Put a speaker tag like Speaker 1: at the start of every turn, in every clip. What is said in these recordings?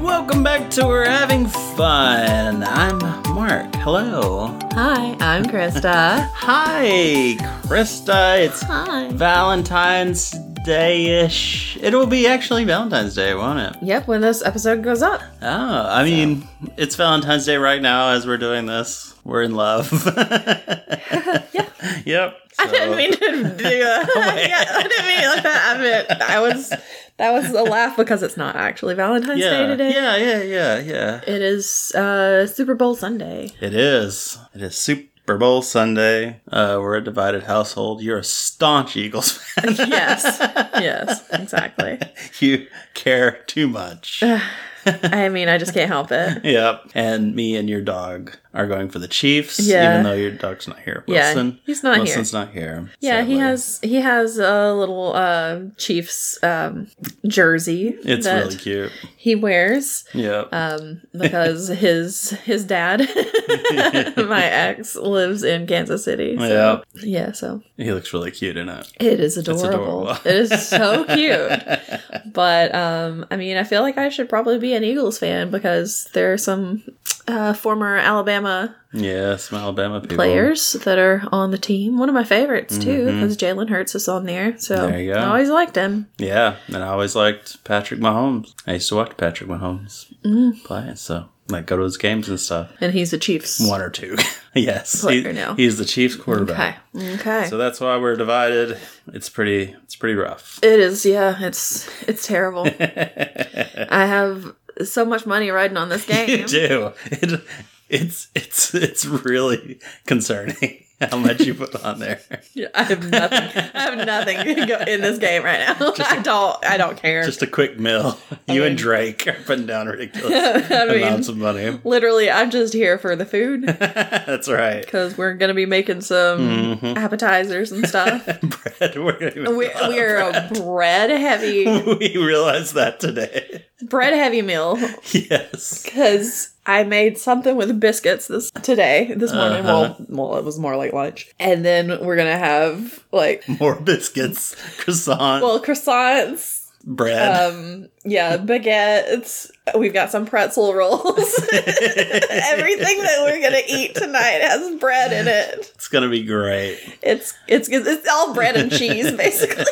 Speaker 1: Welcome back to We're Having Fun. I'm Mark. Hello.
Speaker 2: Hi, I'm Krista.
Speaker 1: Hi, Krista. It's
Speaker 2: Hi.
Speaker 1: Valentine's Day ish. It will be actually Valentine's Day, won't it?
Speaker 2: Yep, when this episode goes up.
Speaker 1: Oh, I mean, it's Valentine's Day right now as we're doing this. We're in love. Yep.
Speaker 2: I didn't mean to do that. yeah, I didn't mean it like that. I meant I was that was a laugh because it's not actually Valentine's Day
Speaker 1: yeah,
Speaker 2: today.
Speaker 1: yeah, yeah, yeah, yeah.
Speaker 2: It is uh Super Bowl Sunday.
Speaker 1: It is. It is Super Bowl Sunday. Uh, we're a divided household. You're a staunch Eagles fan.
Speaker 2: Yes. yes, exactly.
Speaker 1: you care too much.
Speaker 2: I mean, I just can't help it.
Speaker 1: yep. And me and your dog are going for the Chiefs,
Speaker 2: Yeah.
Speaker 1: even though your dog's not here.
Speaker 2: Yeah,
Speaker 1: Wilson.
Speaker 2: he's not here.
Speaker 1: Wilson's not here.
Speaker 2: Yeah, he
Speaker 1: sadly.
Speaker 2: has he has a little uh, Chiefs um, jersey
Speaker 1: It's
Speaker 2: that
Speaker 1: really cute.
Speaker 2: he wears.
Speaker 1: Yep.
Speaker 2: um, because his his dad, my ex, lives in Kansas City. So.
Speaker 1: Yep.
Speaker 2: Yeah, so
Speaker 1: He looks really cute in it.
Speaker 2: it is adorable.
Speaker 1: adorable.
Speaker 2: it is so cute. But um, I mean, I feel like I should probably be an Eagles fan because there are some uh, former Alabama
Speaker 1: Yeah, some Alabama people.
Speaker 2: players that are on the team. One of my favorites too,
Speaker 1: Mhm.
Speaker 2: because Jalen Hurts is on there. So
Speaker 1: There you go.
Speaker 2: I always liked him.
Speaker 1: Yeah. And I always liked Patrick Mahomes. I used to watch Patrick Mahomes
Speaker 2: Mm.
Speaker 1: play, so like go to his games and stuff.
Speaker 2: And he's a Chiefs.
Speaker 1: One or two. yes.
Speaker 2: Player
Speaker 1: he-
Speaker 2: now.
Speaker 1: He's the Chiefs
Speaker 2: Okay.
Speaker 1: quarterback.
Speaker 2: Okay.
Speaker 1: So that's why we're divided. It's pretty it's pretty rough.
Speaker 2: It is, yeah. It's it's terrible. I have so much money riding on this
Speaker 1: you
Speaker 2: game.
Speaker 1: do. It, it's it's it's really concerning how much you put on there.
Speaker 2: I have nothing. I have nothing to go in this game right now. I don't. I don't care.
Speaker 1: Just a quick mill. You
Speaker 2: mean-
Speaker 1: and Drake are putting down ridiculous
Speaker 2: I
Speaker 1: amounts of
Speaker 2: mean,
Speaker 1: money.
Speaker 2: literally, I'm just here for the food
Speaker 1: That's right.
Speaker 2: because we're gonna be making some
Speaker 1: Mhm.
Speaker 2: appetizers and stuff.
Speaker 1: Bread. We're gonna even
Speaker 2: We,
Speaker 1: call it
Speaker 2: we are a bread heavy,
Speaker 1: bread. we realized that today.
Speaker 2: bread heavy meal
Speaker 1: Yes.
Speaker 2: because I made something with biscuits this today this morning.
Speaker 1: Uh-huh.
Speaker 2: Well, well, it was more like lunch, and then we're gonna have like
Speaker 1: More biscuits, croissant,
Speaker 2: well croissants
Speaker 1: bread.
Speaker 2: um yeah baguettes we've got some pretzel rolls everything that we're gonna eat tonight has bread in it
Speaker 1: It's gonna be great.
Speaker 2: it's it's it's all bread and cheese basically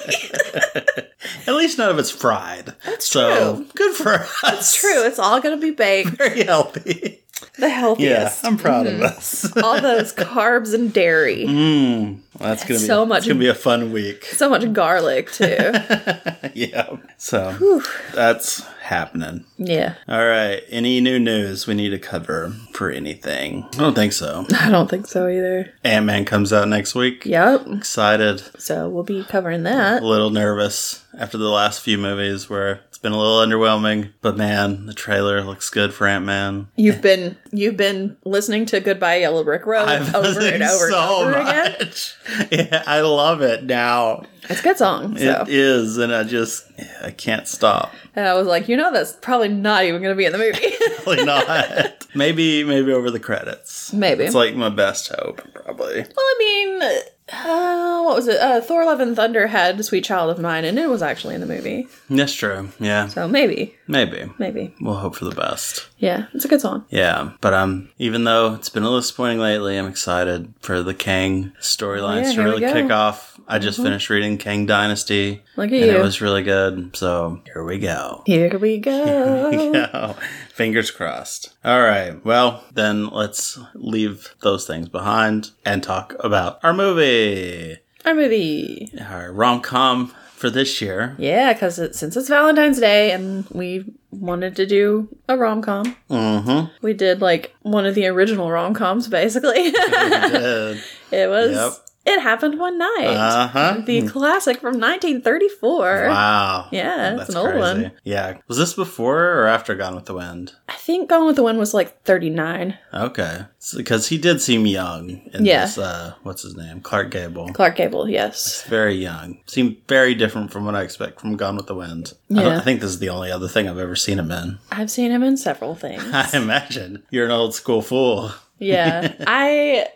Speaker 1: At least none of it's fried. That's so
Speaker 2: true.
Speaker 1: good for us.
Speaker 2: it's true it's all gonna be baked
Speaker 1: Very healthy. Yeah,
Speaker 2: the healthiest
Speaker 1: I'm proud of
Speaker 2: Mm-hmm.
Speaker 1: us.
Speaker 2: all those carbs and dairy
Speaker 1: Mm, that's gonna be
Speaker 2: So
Speaker 1: so much.
Speaker 2: much-
Speaker 1: It's gonna be a fun week.
Speaker 2: so much garlic too
Speaker 1: yeah. So that's happening.
Speaker 2: yeah
Speaker 1: All right. Any new news we need to cover for anything? I don't think so.
Speaker 2: i don't think so either
Speaker 1: Ant Man comes out next week.
Speaker 2: yep
Speaker 1: Excited.
Speaker 2: so we'll be covering
Speaker 1: A
Speaker 2: that
Speaker 1: little nervous after the last few movies where it's been a little underwhelming. But man, the trailer looks good for Ant Man.
Speaker 2: you've been you've been listening to goodbye yellow brick road over and over and over again
Speaker 1: again. Yeah, I love it now.
Speaker 2: it's a good song so
Speaker 1: It is, and I just I can't stop.
Speaker 2: And I was like, you know, that's probably not even going to be in the movie.
Speaker 1: Probably not. maybe maybe over the credits.
Speaker 2: Maybe.
Speaker 1: it's like my best hope. Probably.
Speaker 2: well, I mean, uh, what was it? Uh, Thor Love and Thunder had Sweet Child of Mine, and it was actually in the movie.
Speaker 1: That's true. Yeah,
Speaker 2: So maybe,
Speaker 1: maybe.
Speaker 2: maybe.
Speaker 1: We'll hope for the best.
Speaker 2: Yeah, it's a good song.
Speaker 1: Yeah, but um, even though it's been a little disappointing lately, I'm excited for the Kang storylines
Speaker 2: Yeah,
Speaker 1: to
Speaker 2: here we
Speaker 1: really
Speaker 2: go. Mm-hmm.
Speaker 1: kick off. I just finished reading Kang Dynasty,
Speaker 2: Look at
Speaker 1: and
Speaker 2: you.
Speaker 1: it was really good. So here we go.
Speaker 2: Here we go.
Speaker 1: Yeah, fingers crossed. All right. Well, then let's leave those things behind and talk about our movie,
Speaker 2: Our movie.
Speaker 1: our rom com for this year.
Speaker 2: Yeah, because it, since it's Valentine's Day and we wanted to do a rom com,
Speaker 1: Mm
Speaker 2: we did like one of the original rom coms, basically.
Speaker 1: hmm.
Speaker 2: it was.
Speaker 1: Yep.
Speaker 2: It happened one night.
Speaker 1: Uh huh.
Speaker 2: the classic from 1934.
Speaker 1: Wow.
Speaker 2: Yeah, it's an old one.
Speaker 1: Yeah. Was this before or after Gone with the Wind?
Speaker 2: I think Gone with the Wind was like 39.
Speaker 1: Okay. Because he did seem young in
Speaker 2: Yeah.
Speaker 1: this, uh, what's his name? Clark Gable.
Speaker 2: Clark Gable, yes.
Speaker 1: very young. Seemed very different from what I expect from Gone with the Wind. I, don't,
Speaker 2: Yeah.
Speaker 1: I think this is the only other thing I've ever seen him in.
Speaker 2: I've seen him in several things.
Speaker 1: I imagine you're an old school fool.
Speaker 2: yeah. I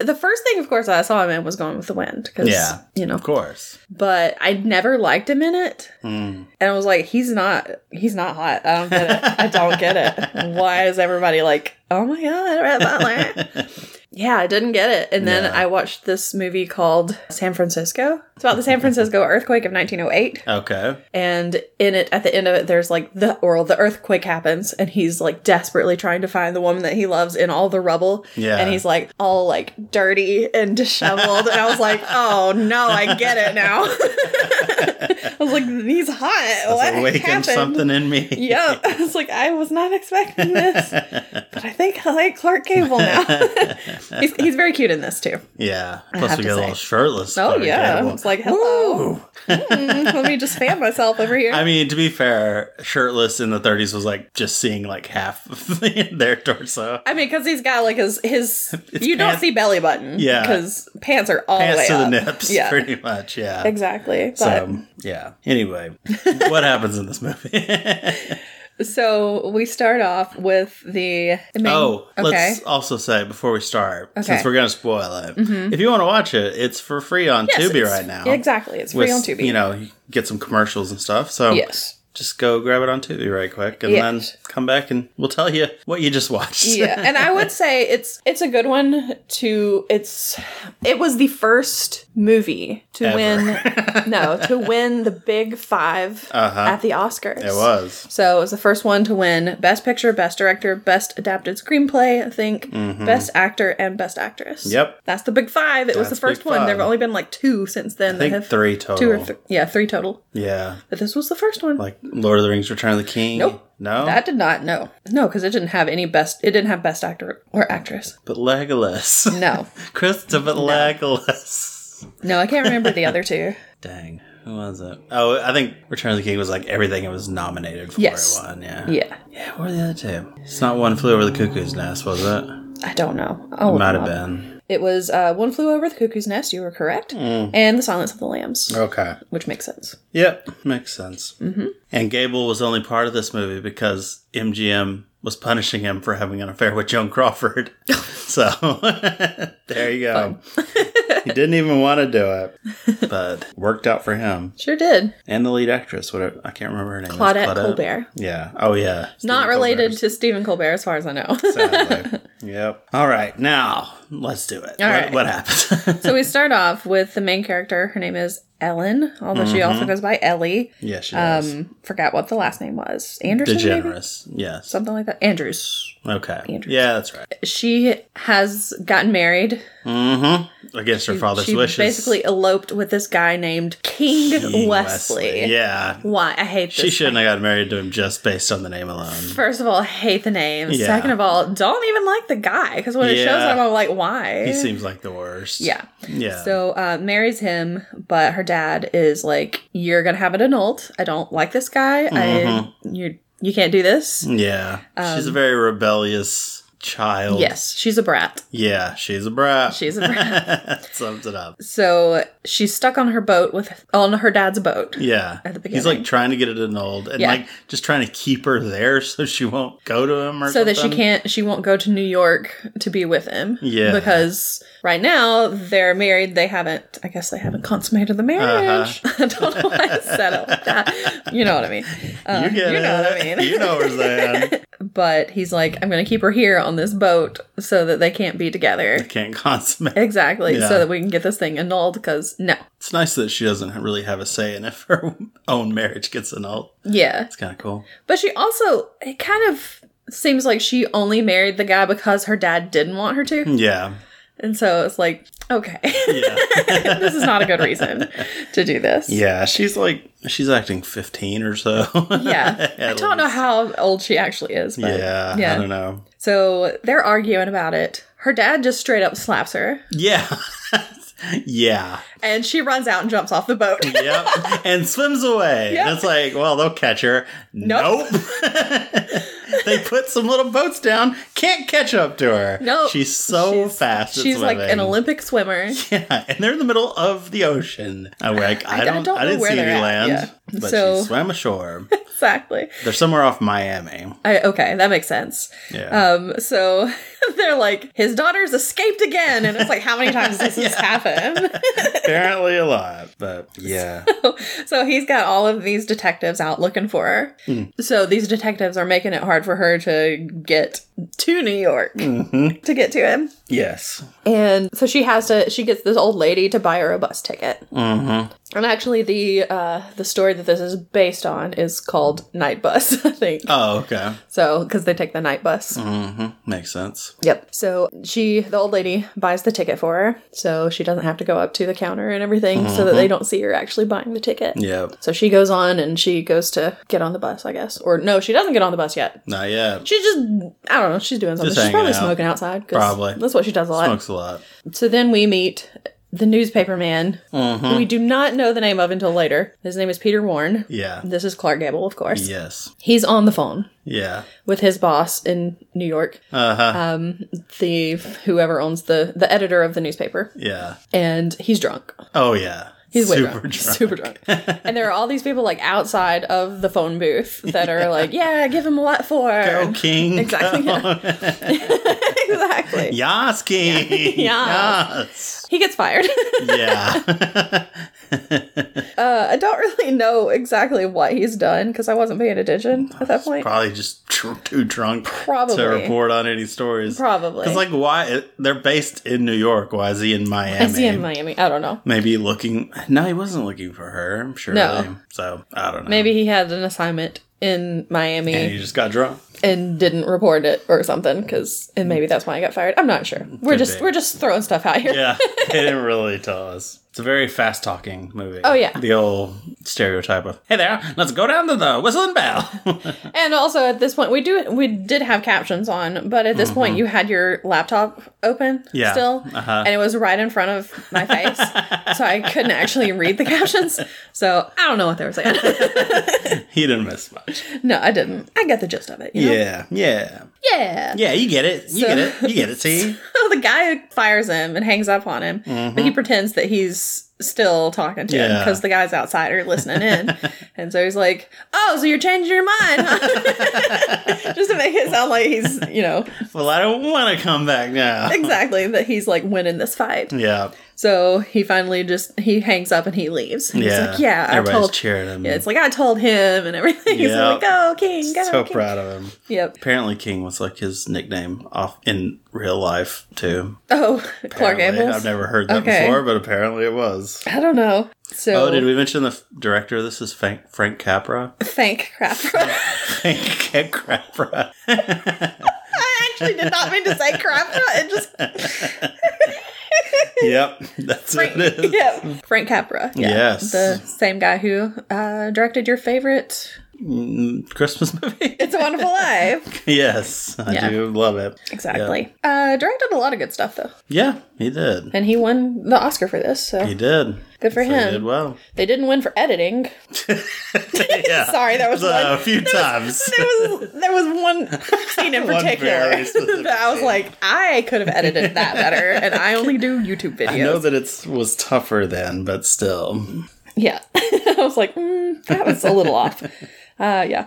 Speaker 2: the first thing, of course, I saw him in was Gone with the Wind because
Speaker 1: Yeah.
Speaker 2: you know.
Speaker 1: Of course.
Speaker 2: But I never liked him in it,
Speaker 1: Mm.
Speaker 2: and I was like, he's not, he's not hot. I don't get it. I don't get it. Why is everybody like, oh my god, Rhett Butler? yeah, I didn't get it. And then
Speaker 1: Yeah.
Speaker 2: I watched this movie called San Francisco. It's about the San Francisco earthquake of 1908.
Speaker 1: okay.
Speaker 2: And in it, at the end of it, there's like the or the earthquake happens, and he's like desperately trying to find the woman that he loves in all the rubble.
Speaker 1: Yeah.
Speaker 2: And he's like all like dirty and disheveled. and I was like, oh no, I get it now. I was like, he's hot.
Speaker 1: That's
Speaker 2: what
Speaker 1: awakened
Speaker 2: happened?
Speaker 1: something in me.
Speaker 2: Yep. I was like, I was not expecting this, but I think I like Clark Gable now. he's, he's very cute in this too.
Speaker 1: yeah.
Speaker 2: I
Speaker 1: Plus,
Speaker 2: have
Speaker 1: we
Speaker 2: to
Speaker 1: get a
Speaker 2: say.
Speaker 1: little shirtless.
Speaker 2: Oh
Speaker 1: Clark
Speaker 2: yeah,
Speaker 1: Gable.
Speaker 2: it's like hello.
Speaker 1: Ooh.
Speaker 2: Mm, let me just fan myself over here.
Speaker 1: I mean, to be fair, shirtless in the 30s was like just seeing like half of their torso.
Speaker 2: I mean, because he's got like his his.
Speaker 1: It's
Speaker 2: you
Speaker 1: pant-
Speaker 2: don't see belly button.
Speaker 1: Yeah.
Speaker 2: because pants are all
Speaker 1: Pants
Speaker 2: the
Speaker 1: to
Speaker 2: way
Speaker 1: the
Speaker 2: up.
Speaker 1: nips,
Speaker 2: Yeah,
Speaker 1: pretty much. Yeah.
Speaker 2: exactly. But
Speaker 1: So, yeah. Anyway, what happens in this movie?
Speaker 2: so we start off with the. I mean,
Speaker 1: oh,
Speaker 2: okay.
Speaker 1: let's also say before we start, since
Speaker 2: Okay. Mm-hmm.
Speaker 1: we're going to spoil it, if you want to watch it, it's for free on
Speaker 2: Yes,
Speaker 1: Tubi
Speaker 2: it's-
Speaker 1: right now.
Speaker 2: Exactly, it's free on
Speaker 1: With,
Speaker 2: Tubi.
Speaker 1: You know, you get some commercials and stuff. So
Speaker 2: Yes.
Speaker 1: just go grab it on Tubi right quick and then
Speaker 2: Yes.
Speaker 1: come back and we'll tell you what you just watched.
Speaker 2: yeah, and I would say it's it's a good one to it's it was the first movie to
Speaker 1: Ever.
Speaker 2: win no to win the big 5
Speaker 1: Uh-huh.
Speaker 2: at the Oscars.
Speaker 1: it was.
Speaker 2: So it was the first one to win Best Picture, Best Director, Best Adapted Screenplay, I think, Best Actor, and Best Actress.
Speaker 1: Mm-hmm. Yep.
Speaker 2: That's the big five. It was the
Speaker 1: That's
Speaker 2: first
Speaker 1: big
Speaker 2: one. There
Speaker 1: five.
Speaker 2: have only been like two since then.
Speaker 1: I think three total.
Speaker 2: Two or th- yeah, three total.
Speaker 1: yeah.
Speaker 2: But this was the first one.
Speaker 1: Like Lord of the Rings Return of the King.
Speaker 2: Nope.
Speaker 1: No.
Speaker 2: that did not no no because it didn't have any best it didn't have best actor or actress
Speaker 1: but Legolas.
Speaker 2: no
Speaker 1: Christopher Legolas.
Speaker 2: no I can't remember the other two
Speaker 1: Dang. Who was it? Oh, I think Return of the King was like everything it was nominated for.
Speaker 2: Yes.
Speaker 1: It won. Yeah.
Speaker 2: yeah
Speaker 1: Yeah, What were the other two? It's not one flew over the cuckoo's nest, was it?
Speaker 2: I don't know oh
Speaker 1: Might have been.
Speaker 2: it was uh, one flew over the cuckoo's nest you were correct
Speaker 1: Mm.
Speaker 2: and the silence of the lambs
Speaker 1: Okay.
Speaker 2: which makes sense
Speaker 1: Yep, makes sense. Mm-hmm. And Gable was only part of this movie because MGM was punishing him for having an affair with Joan Crawford. so there you go. he didn't even want to do it, but worked out for him
Speaker 2: sure did
Speaker 1: and the lead actress. Whatever I can't remember her name. It's
Speaker 2: Claudette Colbert.
Speaker 1: Yeah. Oh yeah.
Speaker 2: Not
Speaker 1: Stephen
Speaker 2: related to Stephen Colbert, as far as I know.
Speaker 1: Colbert. Sadly. yep. All right. Now let's do it.
Speaker 2: All
Speaker 1: what,
Speaker 2: right.
Speaker 1: what happens?
Speaker 2: so we start off with the main character. Her name is Ellen, although she also
Speaker 1: Mm-hmm.
Speaker 2: goes by Ellie.
Speaker 1: yeah, she does.
Speaker 2: Um, forgot what the last name was. Anderson, maybe?
Speaker 1: Degenerous. Yes.
Speaker 2: something like that. Andrews.
Speaker 1: Okay.
Speaker 2: Andrews.
Speaker 1: Yeah, that's right.
Speaker 2: She has gotten married.
Speaker 1: Mm-hmm. Against her father's
Speaker 2: she
Speaker 1: wishes.
Speaker 2: basically eloped with this guy named King, Wesley.
Speaker 1: King Yeah.
Speaker 2: Why? I hate this.
Speaker 1: She shouldn't have gotten married to him just based on the name alone.
Speaker 2: First of all, I hate the name.
Speaker 1: Yeah.
Speaker 2: Second of all, don't even like the guy because when it shows
Speaker 1: Yeah.
Speaker 2: up, I'm like, why?
Speaker 1: He seems like the worst.
Speaker 2: yeah.
Speaker 1: Yeah.
Speaker 2: So uh, marries him, but her dad is like, "You're gonna have an adult. I don't like this guy. I
Speaker 1: Mm-hmm.
Speaker 2: you you can't do this."
Speaker 1: yeah. she's a very rebellious child.
Speaker 2: um, Yes, she's a brat.
Speaker 1: Yeah, she's a brat.
Speaker 2: She's a brat.
Speaker 1: Sums it up.
Speaker 2: so she's stuck on her boat with on her dad's boat.
Speaker 1: Yeah.
Speaker 2: At the
Speaker 1: He's like trying to get it annulled and
Speaker 2: Yeah.
Speaker 1: like just trying to keep her there so she won't go to him or
Speaker 2: So that she
Speaker 1: something.
Speaker 2: can't, she won't go to New York to be with him.
Speaker 1: Yeah.
Speaker 2: Because right now they're married. They haven't, I guess they haven't consummated the marriage. I don't know why I said it like that. You know what I mean. Uh,
Speaker 1: Uh-huh. You get
Speaker 2: you
Speaker 1: it.
Speaker 2: know what I mean.
Speaker 1: you know what I'm saying.
Speaker 2: but he's like, I'm going to keep her here on this boat so that they can't be together.
Speaker 1: can't consummate.
Speaker 2: Exactly.
Speaker 1: Yeah.
Speaker 2: So that we can get this thing annulled because no.
Speaker 1: It's nice that she doesn't really have a say in if her own marriage gets annulled.
Speaker 2: Yeah.
Speaker 1: It's kind of cool.
Speaker 2: But she also, it kind of seems like she only married the guy because her dad didn't want her to.
Speaker 1: Yeah.
Speaker 2: And so it's like, okay,
Speaker 1: Yeah.
Speaker 2: this is not a good reason to do this.
Speaker 1: Yeah, she's like she's acting fifteen or so.
Speaker 2: Yeah. I
Speaker 1: At
Speaker 2: don't know
Speaker 1: least.
Speaker 2: how old she actually is. But
Speaker 1: Yeah,
Speaker 2: Yeah.
Speaker 1: I don't know.
Speaker 2: So they're arguing about it. Her dad just straight up slaps her
Speaker 1: Yeah, yeah,
Speaker 2: and she runs out and jumps off the boat.
Speaker 1: yep, and swims away.
Speaker 2: Yep.
Speaker 1: And it's like, well, they'll catch her. Nope.
Speaker 2: Nope.
Speaker 1: they put some little boats down. Can't catch up to her.
Speaker 2: No,
Speaker 1: she's so
Speaker 2: she's-
Speaker 1: fast. at
Speaker 2: She's like an
Speaker 1: swimming.
Speaker 2: Olympic swimmer.
Speaker 1: Yeah, and they're in the middle of the ocean. I'm like, I,
Speaker 2: I
Speaker 1: don't, I,
Speaker 2: don't know
Speaker 1: didn't
Speaker 2: where
Speaker 1: see any
Speaker 2: they're at.
Speaker 1: land,
Speaker 2: Yeah.
Speaker 1: but
Speaker 2: So-
Speaker 1: she swam ashore.
Speaker 2: exactly.
Speaker 1: they're somewhere off Miami.
Speaker 2: I, okay, that makes sense.
Speaker 1: Yeah.
Speaker 2: Um, so They're like, his daughter's escaped again. And it's like, how many times does this happen?
Speaker 1: Apparently a lot, but yeah.
Speaker 2: so he's got all of these detectives out looking for her. So these detectives are making it hard for her to get to New York
Speaker 1: Mhm.
Speaker 2: to get to him.
Speaker 1: Yes.
Speaker 2: And so she has to she gets this old lady to buy her a bus ticket.
Speaker 1: Mm-hmm.
Speaker 2: And actually the uh the story that this is based on is called Night Bus, I think.
Speaker 1: Oh, okay.
Speaker 2: So cuz they take the night bus.
Speaker 1: Mm-hmm. Makes sense.
Speaker 2: Yep. So she, the old lady, buys the ticket for her. So she doesn't have to go up to the counter and everything so that they
Speaker 1: Mm-hmm.
Speaker 2: don't see her actually buying the ticket.
Speaker 1: Yep.
Speaker 2: So she goes on and she goes to get on the bus, I guess. Or no, she doesn't get on the bus yet.
Speaker 1: Not yet.
Speaker 2: She's just, I don't know, she's doing something.
Speaker 1: Just
Speaker 2: she's probably
Speaker 1: hanging out.
Speaker 2: smoking outside. 'cause
Speaker 1: Probably.
Speaker 2: That's what she does a lot.
Speaker 1: Smokes a lot.
Speaker 2: So then we meet the newspaper man,
Speaker 1: Mm-hmm.
Speaker 2: who we do not know the name of until later. His name is Peter Warren.
Speaker 1: Yeah.
Speaker 2: This is Clark Gable, of course.
Speaker 1: Yes.
Speaker 2: He's on the phone
Speaker 1: Yeah.
Speaker 2: with his boss in New York. Um,
Speaker 1: Uh huh.
Speaker 2: the whoever owns the the editor of the newspaper
Speaker 1: yeah.
Speaker 2: and he's drunk
Speaker 1: Oh yeah.
Speaker 2: he's way drunk. He's super drunk and there are all these people like outside of the phone booth that are like yeah give him a lot for
Speaker 1: Go King.
Speaker 2: exactly
Speaker 1: Go.
Speaker 2: yeah. exactly
Speaker 1: Yas King.
Speaker 2: Yas. he gets fired
Speaker 1: Yas. Yeah.
Speaker 2: uh, i don't really know exactly what he's done because i wasn't paying attention at that point
Speaker 1: Probably just tr- too drunk
Speaker 2: Probably.
Speaker 1: to report on any stories.
Speaker 2: Probably.
Speaker 1: Because like, why? They're based in New York. Why is he in Miami?
Speaker 2: is he in miami i don't know
Speaker 1: Maybe looking. No, he wasn't looking for her. I'm sure.
Speaker 2: No.
Speaker 1: So I don't know.
Speaker 2: maybe he had an assignment in miami
Speaker 1: And he just got drunk.
Speaker 2: and didn't report it or something because and maybe that's why I got fired. I'm not sure. We're
Speaker 1: Could
Speaker 2: just
Speaker 1: be.
Speaker 2: we're just throwing stuff out here.
Speaker 1: Yeah, they didn't really tell us. It's a very fast talking movie.
Speaker 2: Oh, yeah.
Speaker 1: the old stereotype of "Hey there, let's go down to the whistling bell."
Speaker 2: And also at this point we do we did have captions on, but at this point you had your laptop open
Speaker 1: Mm-hmm. Yeah,
Speaker 2: still
Speaker 1: uh-huh.
Speaker 2: and it was right in front of my face. so I couldn't actually read the captions. So I don't know what they were saying.
Speaker 1: he didn't miss much.
Speaker 2: no, I didn't. I got the gist of it. you know?
Speaker 1: Yeah, yeah,
Speaker 2: Yeah.
Speaker 1: yeah. You get it. You
Speaker 2: So-
Speaker 1: get it. You get it. See,
Speaker 2: the guy fires him and hangs up on him, but he pretends that he's still talking to him
Speaker 1: Mm-hmm. Yeah.
Speaker 2: because the guys outside are listening in. and so he's like, Oh, so you're changing your mind, huh?" Just to make it sound like he's, you know,
Speaker 1: well, I don't want to come back now.
Speaker 2: exactly that he's like winning this fight.
Speaker 1: Yeah,
Speaker 2: So he finally just he hangs up and he leaves. And He's
Speaker 1: yeah,
Speaker 2: like, Yeah, I
Speaker 1: Everybody's
Speaker 2: told
Speaker 1: cheering him.
Speaker 2: Yeah, it's like I told him and everything. He's
Speaker 1: Yeah.
Speaker 2: like, Go, King, go.
Speaker 1: so
Speaker 2: King."
Speaker 1: proud of him.
Speaker 2: Yep.
Speaker 1: Apparently, King was like his nickname off in real life too.
Speaker 2: Oh, Clark
Speaker 1: Apparently.
Speaker 2: Gable.
Speaker 1: I've never heard that
Speaker 2: Okay.
Speaker 1: before, but apparently it was.
Speaker 2: I don't know. So
Speaker 1: Oh, did we mention the f- director? of This is Frank, Frank Capra.
Speaker 2: thank crap.
Speaker 1: Frank Capra.
Speaker 2: I actually did not mean to say crap. It just
Speaker 1: yep, that's what it is.
Speaker 2: yeah, Frank Capra. Yeah.
Speaker 1: Yes.
Speaker 2: the same guy who uh, directed your favorite
Speaker 1: Mm, Christmas movie.
Speaker 2: "It's a Wonderful Life."
Speaker 1: yes, I
Speaker 2: Yeah.
Speaker 1: do love it.
Speaker 2: Exactly. Uh, directed a lot of good stuff though,
Speaker 1: Yeah, he did.
Speaker 2: and he won the Oscar for this. So
Speaker 1: He did.
Speaker 2: good for
Speaker 1: So He did
Speaker 2: him.
Speaker 1: well.
Speaker 2: they didn't win for editing.
Speaker 1: yeah.
Speaker 2: Sorry, that was
Speaker 1: Uh, a
Speaker 2: one.
Speaker 1: few times.
Speaker 2: There was there was one scene in
Speaker 1: One
Speaker 2: particular
Speaker 1: very specific
Speaker 2: that I was
Speaker 1: scene.
Speaker 2: like, I could have edited that better, and I only do YouTube videos.
Speaker 1: I know that it was tougher then, but still.
Speaker 2: Yeah. I was like, mm, that was a little off. Uh, yeah.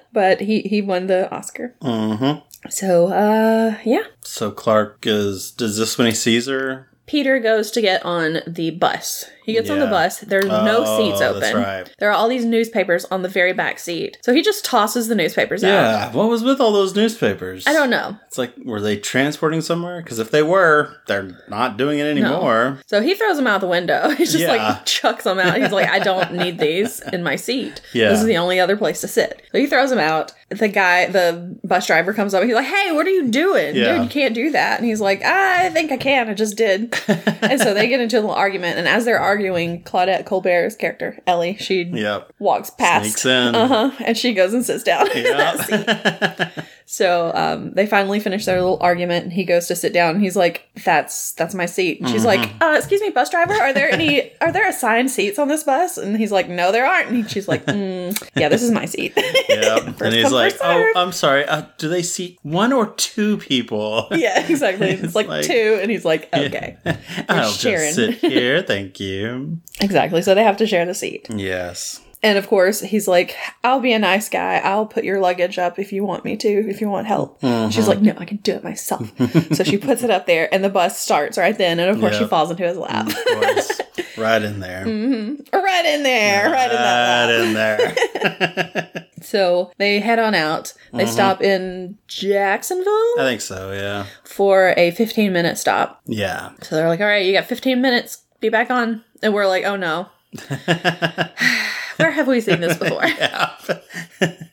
Speaker 2: but he, he won the Oscar.
Speaker 1: hmm
Speaker 2: So, uh, yeah.
Speaker 1: So Clark is. Does this when he sees her?
Speaker 2: Peter goes to get on the bus. He gets on the
Speaker 1: Yeah.
Speaker 2: bus. There's no
Speaker 1: Oh,
Speaker 2: seats open.
Speaker 1: that's right.
Speaker 2: There are all these newspapers on the very back seat. So he just tosses the newspapers out.
Speaker 1: Yeah. Uh, What was with all those newspapers?
Speaker 2: I don't know.
Speaker 1: It's like, were they transporting somewhere? Because if they were, they're not doing it anymore.
Speaker 2: So he throws them out the window. He just
Speaker 1: Yeah.
Speaker 2: like chucks them out. He's like, I don't need these in my seat.
Speaker 1: Yeah.
Speaker 2: This is the only other place to sit. So he throws them out. The guy, the bus driver comes up. He's like, Hey, what are you doing?
Speaker 1: Yeah.
Speaker 2: Dude, you can't do that. And he's like, I think I can. I just did. and so they get into a little argument. And as they're arguing, Claudette Colbert's character, Ellie, she
Speaker 1: Yep.
Speaker 2: walks past.
Speaker 1: Sneaks in.
Speaker 2: Uh huh. And she goes and sits down. in that seat.
Speaker 1: Yeah.
Speaker 2: So um, they finally finish their little argument, and he goes to sit down. And he's like, "That's that's my seat." And she's like, uh, "Excuse me, bus driver, are there any are there assigned seats on this bus?" And he's like, "No, there aren't." And she's like, mm, "Yeah, this is my seat."
Speaker 1: Yep.
Speaker 2: First
Speaker 1: and he's
Speaker 2: come,
Speaker 1: like,
Speaker 2: first
Speaker 1: "Oh,
Speaker 2: serve."
Speaker 1: I'm sorry. Uh, do they seat one or two people?
Speaker 2: yeah, exactly. It's
Speaker 1: It's
Speaker 2: like,
Speaker 1: like-
Speaker 2: two, and he's like, "Okay,
Speaker 1: I'll
Speaker 2: sharing.
Speaker 1: just sit here. Thank you."
Speaker 2: exactly." So they have to share the seat.
Speaker 1: Yes.
Speaker 2: And of course, he's like, I'll be a nice guy. I'll put your luggage up if you want me to, if you want help. She's like, No, I can do it myself. so she puts it up there, and the bus starts right then. And of course, she
Speaker 1: Yeah.
Speaker 2: falls into his lap.
Speaker 1: Of course. right in there.
Speaker 2: right in there, Mm, right in that lap.
Speaker 1: Right in there.
Speaker 2: So they head on out. They
Speaker 1: Mm-hmm.
Speaker 2: stop in Jacksonville
Speaker 1: I think so, yeah.
Speaker 2: for a 15 minute stop.
Speaker 1: Yeah.
Speaker 2: So they're like, all right, you got 15 minutes, be back on. And we're like, oh no. Where have we seen this before?
Speaker 1: Yeah.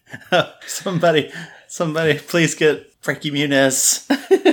Speaker 1: somebody, somebody, please get Frankie Muniz.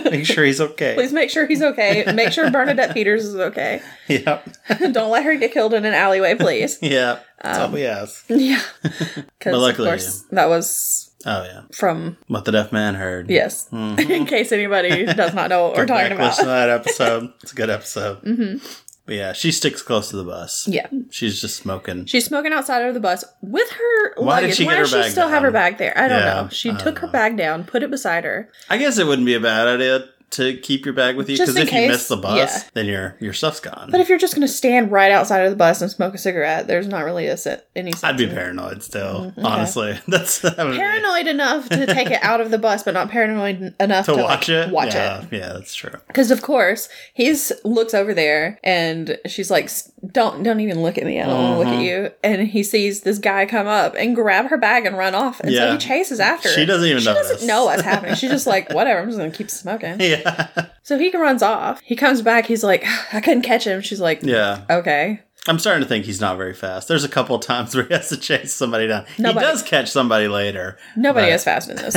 Speaker 1: Make sure he's okay.
Speaker 2: Please make sure he's okay. Make sure Bernadette Peters is okay.
Speaker 1: Yep.
Speaker 2: Don't let her get killed in an alleyway, please.
Speaker 1: Yeah. That's
Speaker 2: Um,
Speaker 1: all we ask.
Speaker 2: yeah.
Speaker 1: But
Speaker 2: Because, of
Speaker 1: luckily-
Speaker 2: course, that was
Speaker 1: Oh, yeah.
Speaker 2: from,
Speaker 1: What the Deaf Man Heard. Hmm.
Speaker 2: yes,
Speaker 1: Mm-hmm.
Speaker 2: in case anybody does not know what we're talking
Speaker 1: Back
Speaker 2: about.
Speaker 1: listen to that episode. It's a good episode. Mm-hmm. But yeah, she sticks close to the bus.
Speaker 2: Yeah.
Speaker 1: She's just smoking.
Speaker 2: She's smoking outside of the bus with her
Speaker 1: Why did
Speaker 2: luggage.
Speaker 1: she
Speaker 2: Why
Speaker 1: get
Speaker 2: does
Speaker 1: her
Speaker 2: she
Speaker 1: bag
Speaker 2: still have her
Speaker 1: down?
Speaker 2: bag there? I don't
Speaker 1: Yeah,
Speaker 2: know. She
Speaker 1: I don't
Speaker 2: took her
Speaker 1: know.
Speaker 2: bag down, put it beside her.
Speaker 1: I guess it wouldn't be a bad idea to keep your bag with you
Speaker 2: Just
Speaker 1: because if
Speaker 2: in
Speaker 1: you
Speaker 2: case,
Speaker 1: miss the bus,
Speaker 2: yeah.
Speaker 1: then your your stuff's gone.
Speaker 2: But if you're just going to stand right outside of the bus and smoke a cigarette, there's not really a se- any sense.
Speaker 1: I'd be
Speaker 2: in it.
Speaker 1: paranoid still. Honestly, that's that would be-
Speaker 2: Mm-hmm. paranoid enough to take it out of the bus, but not paranoid en- enough
Speaker 1: to
Speaker 2: to, like,
Speaker 1: watch it.
Speaker 2: Watch
Speaker 1: yeah,
Speaker 2: it.
Speaker 1: Yeah, that's true.
Speaker 2: Because of course he's looks over there, and she's like, "S- "Don't, don't even look at me. I don't want to
Speaker 1: Mm-hmm.
Speaker 2: look at you." And he sees this guy come up and grab her bag and run off, and so
Speaker 1: Yeah.
Speaker 2: he chases after.
Speaker 1: She
Speaker 2: her.
Speaker 1: doesn't even
Speaker 2: she
Speaker 1: notice.
Speaker 2: doesn't know what's happening. She's just like, "Whatever. I'm just gonna keep smoking."
Speaker 1: Yeah,
Speaker 2: So he runs off. He comes back. He's like, "I couldn't catch him." She's like,
Speaker 1: yeah.
Speaker 2: "Okay."
Speaker 1: I'm starting to think he's not very fast. There's a couple times where he has to chase somebody down.
Speaker 2: Nobody-
Speaker 1: He does catch somebody later.
Speaker 2: Nobody
Speaker 1: But-
Speaker 2: is fast in this.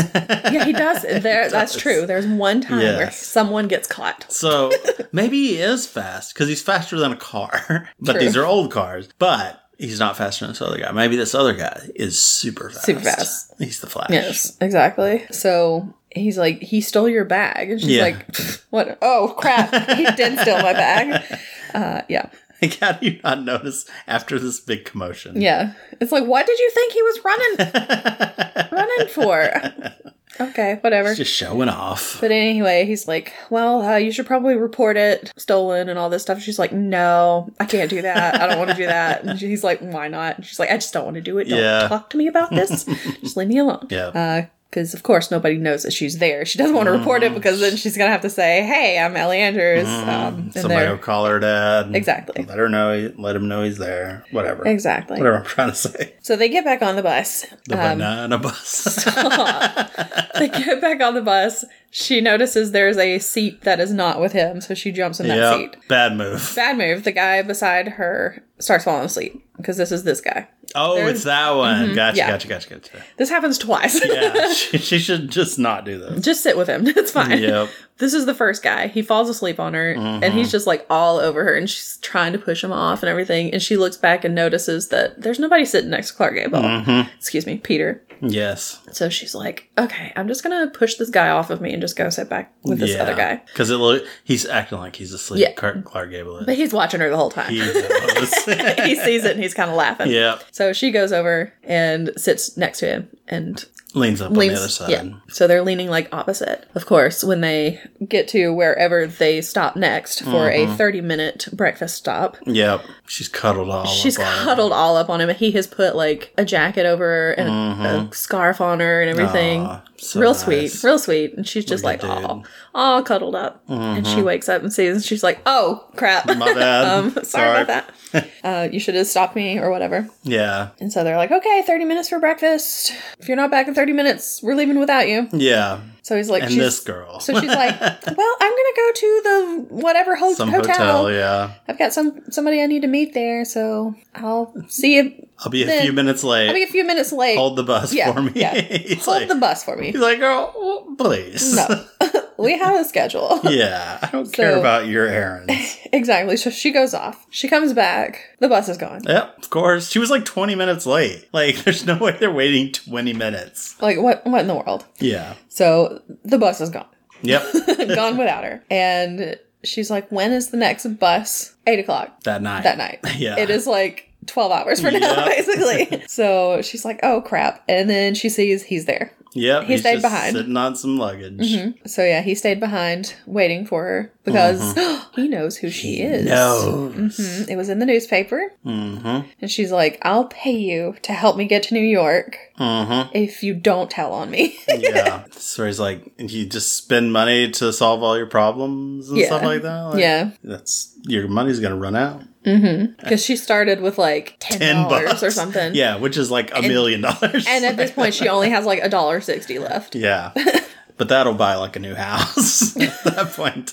Speaker 2: yeah, he does. There, that's
Speaker 1: does.
Speaker 2: true. There's one time where
Speaker 1: Yes.
Speaker 2: someone gets caught.
Speaker 1: So maybe he is fast because he's faster than a car. but
Speaker 2: True.
Speaker 1: these are old cars. But he's not faster than this other guy. Maybe this other guy is super fast.
Speaker 2: Super fast.
Speaker 1: He's the Flash.
Speaker 2: Yes, exactly. So he's like, he stole your bag, and she's
Speaker 1: Yeah.
Speaker 2: like, what? Oh crap! He did steal my bag. Uh, yeah,
Speaker 1: Like, how do you not notice after this big commotion?
Speaker 2: yeah. It's like, what did you think he was running, running for? Okay, whatever.
Speaker 1: Just showing off.
Speaker 2: But anyway, he's like, "Well, uh, you should probably report it stolen and all this stuff." She's like, "No, I can't do that. I don't want to do that." And he's like, "Why not?" And she's like, "I just don't want to do it. Don't
Speaker 1: Yeah.
Speaker 2: talk to me about this. just leave me alone."
Speaker 1: Yeah.
Speaker 2: Because of course nobody knows that she's there. She doesn't want to report
Speaker 1: Mm-hmm.
Speaker 2: it because then she's gonna have to say, "Hey, I'm Ellie Andrews." Um, and
Speaker 1: Somebody
Speaker 2: they're-
Speaker 1: will call her dad.
Speaker 2: Exactly.
Speaker 1: Let her know. Let him know he's there. Whatever.
Speaker 2: exactly.
Speaker 1: Whatever I'm trying to say.
Speaker 2: So they get back on the bus. um,
Speaker 1: The banana bus.
Speaker 2: they get back on the bus. She notices there's a seat that is not with him, so she jumps in that seat.
Speaker 1: yep. Bad move.
Speaker 2: Bad move. The guy beside her starts falling asleep because this is this guy.
Speaker 1: oh, it's that one. Gotcha,
Speaker 2: Mm-hmm. yeah.
Speaker 1: gotcha. Gotcha. Gotcha.
Speaker 2: This happens twice.
Speaker 1: Yeah. she, she should just not do this.
Speaker 2: just sit with him. It's fine.
Speaker 1: Yep.
Speaker 2: This is the first guy. He falls asleep on her and
Speaker 1: Uh-huh.
Speaker 2: he's just like all over her and she's trying to push him off and everything. And she looks back and notices that there's nobody sitting next to Clark Gable.
Speaker 1: Mm-hmm.
Speaker 2: Excuse me, Peter.
Speaker 1: Yes.
Speaker 2: So she's like, okay, I'm just going to push this guy off of me and just go sit back with this other guy.
Speaker 1: Because it look, he's acting like he's asleep.
Speaker 2: Yeah.
Speaker 1: Clark, Clark Gable is.
Speaker 2: But he's watching her the whole time.
Speaker 1: He knows.
Speaker 2: he sees it and he's kind of laughing.
Speaker 1: yep.
Speaker 2: So she goes over and sits next to him and
Speaker 1: Leans up on
Speaker 2: leans
Speaker 1: the other side.
Speaker 2: Yeah. So they're leaning like opposite. Of course, when they get to wherever they stop next for
Speaker 1: Mm-hmm.
Speaker 2: a 30 minute breakfast stop,
Speaker 1: Yep. She's cuddled all
Speaker 2: she's
Speaker 1: up on him.
Speaker 2: cuddled all up on him. He has put like a jacket over her and a, a scarf on her and everything.
Speaker 1: Mm-hmm. Aw, Oh, so
Speaker 2: real
Speaker 1: nice.
Speaker 2: sweet, real sweet. And she's just like,
Speaker 1: What a good
Speaker 2: all, all cuddled up. And she wakes up and sees, and she's like, oh, crap.
Speaker 1: Mm-hmm. My bad.
Speaker 2: um, sorry, about that. uh, you should have stopped me or whatever.
Speaker 1: Yeah.
Speaker 2: And so they're like, okay, 30 minutes for breakfast. If you're not back in 30 minutes, we're leaving without you.
Speaker 1: Yeah.
Speaker 2: So he's like,
Speaker 1: And
Speaker 2: she's-
Speaker 1: this girl.
Speaker 2: So she's like, well, I'm gonna go to the whatever ho-
Speaker 1: Some
Speaker 2: hotel.
Speaker 1: hotel. Yeah.
Speaker 2: I've got some somebody I need to meet there, so I'll see you.
Speaker 1: I'll be a
Speaker 2: Then-
Speaker 1: few minutes late.
Speaker 2: I'll be a few minutes late.
Speaker 1: Hold the bus
Speaker 2: Yeah,
Speaker 1: for me.
Speaker 2: yeah.
Speaker 1: he's
Speaker 2: Hold
Speaker 1: like,
Speaker 2: the bus for me.
Speaker 1: he's like, girl, w- please.
Speaker 2: No, we have a schedule.
Speaker 1: Yeah, I don't care
Speaker 2: So-
Speaker 1: about your errands.
Speaker 2: Exactly. So she goes off. She comes back. The bus is gone.
Speaker 1: yep, of course. She was like 20 minutes late. Like, there's no way they're waiting 20 minutes.
Speaker 2: Like what? What in the world?
Speaker 1: Yeah.
Speaker 2: So the bus is gone.
Speaker 1: Yep.
Speaker 2: gone without her. And she's like, when is the next bus? Eight o'clock.
Speaker 1: that night.
Speaker 2: that night.
Speaker 1: Yeah.
Speaker 2: It is like 12 hours from now,
Speaker 1: Yeah.
Speaker 2: basically. so she's like, oh crap. And then she sees he's there.
Speaker 1: Yep.
Speaker 2: He
Speaker 1: he's
Speaker 2: stayed
Speaker 1: just
Speaker 2: behind. Mm-hmm.
Speaker 1: Sitting on some luggage.
Speaker 2: So yeah, he stayed behind waiting for her because
Speaker 1: Uh-huh.
Speaker 2: he knows who she is.
Speaker 1: No.
Speaker 2: Mhm. It was in the newspaper,
Speaker 1: Mm-hmm.
Speaker 2: and she's like, "I'll pay you to help me get to New York
Speaker 1: Mm-hmm.
Speaker 2: if you don't tell on me."
Speaker 1: Yeah. so he's like, you just spend money to solve all your problems and
Speaker 2: Yeah.
Speaker 1: stuff like that. Like,
Speaker 2: yeah,
Speaker 1: That's your money's gonna run out.
Speaker 2: because she started with like ten
Speaker 1: Ten
Speaker 2: dollars
Speaker 1: bucks
Speaker 2: or something.
Speaker 1: Yeah, which is like a million dollars.
Speaker 2: And at this point, she only has like a dollar sixty left.
Speaker 1: yeah. But that'll buy like a new house at that point in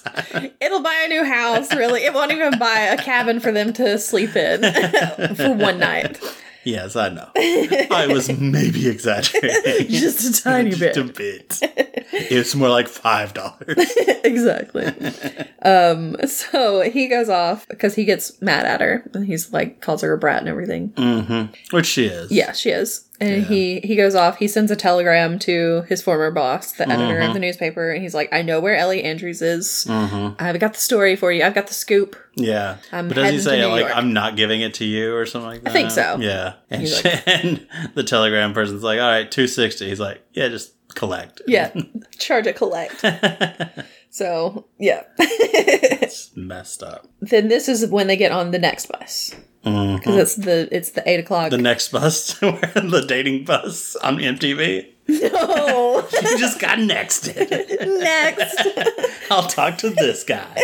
Speaker 1: time.
Speaker 2: It'll buy a new house, really. It won't even buy a cabin for them to sleep in for one night.
Speaker 1: Yes, I know. I was maybe exaggerating.
Speaker 2: Just a tiny bit.
Speaker 1: Just a bit. It's more like five dollars.
Speaker 2: exactly. um, so he goes off because he gets mad at her and he's like calls her a brat and everything.
Speaker 1: Which she is.
Speaker 2: Mm-hmm. Yeah, she is. And he he goes off. He sends a telegram to his former boss, the editor
Speaker 1: Uh-huh.
Speaker 2: of the newspaper, and he's like, "I know where Ellie Andrews is.
Speaker 1: Uh.
Speaker 2: I've got the story for you. I've got the scoop."
Speaker 1: Mm-hmm. Yeah.
Speaker 2: I'm
Speaker 1: but does
Speaker 2: heading
Speaker 1: he
Speaker 2: to
Speaker 1: say
Speaker 2: New
Speaker 1: like
Speaker 2: York.
Speaker 1: I'm not giving it to you or something like that?
Speaker 2: think so.
Speaker 1: Yeah. And,
Speaker 2: He's
Speaker 1: she- and the telegram person's like, All right, two sixty. He's like, Yeah, just collect.
Speaker 2: Yeah, charge it collect. so yeah,
Speaker 1: It's messed up. Mm.
Speaker 2: then this is when they get on the next bus because it's the it's the eight o'clock.
Speaker 1: The next bus the dating bus on MTV.
Speaker 2: no,
Speaker 1: You just got nexted.
Speaker 2: next.
Speaker 1: I'll talk to this guy.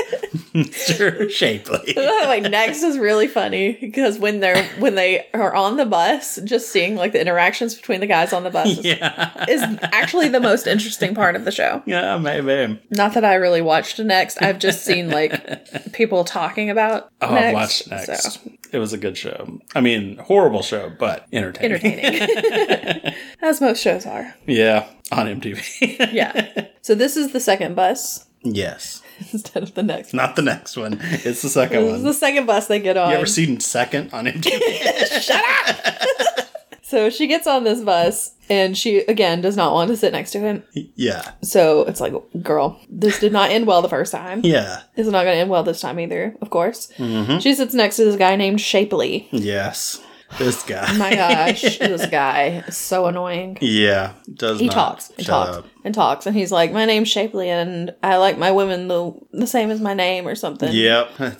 Speaker 1: Mr. Shapley.
Speaker 2: like next is really funny because when they're when they are on the bus, just seeing like the interactions between the guys on the bus is-
Speaker 1: Yeah.
Speaker 2: is, actually the most interesting part of the show.
Speaker 1: Yeah, maybe.
Speaker 2: Not that I really watched next, I've just seen like people talking about.
Speaker 1: Oh,
Speaker 2: next,
Speaker 1: I've watched next.
Speaker 2: so,
Speaker 1: It was a good show. I mean, horrible show, but entertaining.
Speaker 2: entertaining, as most shows are.
Speaker 1: Yeah, on MTV.
Speaker 2: Yeah. So this is the second bus
Speaker 1: yes.
Speaker 2: instead of the next.
Speaker 1: Not the next one. It's the second
Speaker 2: This is
Speaker 1: one.
Speaker 2: the second bus they get on.
Speaker 1: You ever seen second on MTV?
Speaker 2: so she gets on this bus and she again does not want to sit next to him.
Speaker 1: yeah.
Speaker 2: So it's like, girl, this did not end well the first time.
Speaker 1: Yeah.
Speaker 2: It's not going to end well this time either, of course.
Speaker 1: Mm-hmm.
Speaker 2: She sits next to this guy named Shapely.
Speaker 1: Yes. This guy.
Speaker 2: My gosh, this guy is so annoying.
Speaker 1: yeah. Does
Speaker 2: He
Speaker 1: not
Speaker 2: talks
Speaker 1: shut
Speaker 2: and talks
Speaker 1: up.
Speaker 2: and talks, and he's like, "My name's Shapely, and I like my women the the same as my name, or something."
Speaker 1: Yep. uh,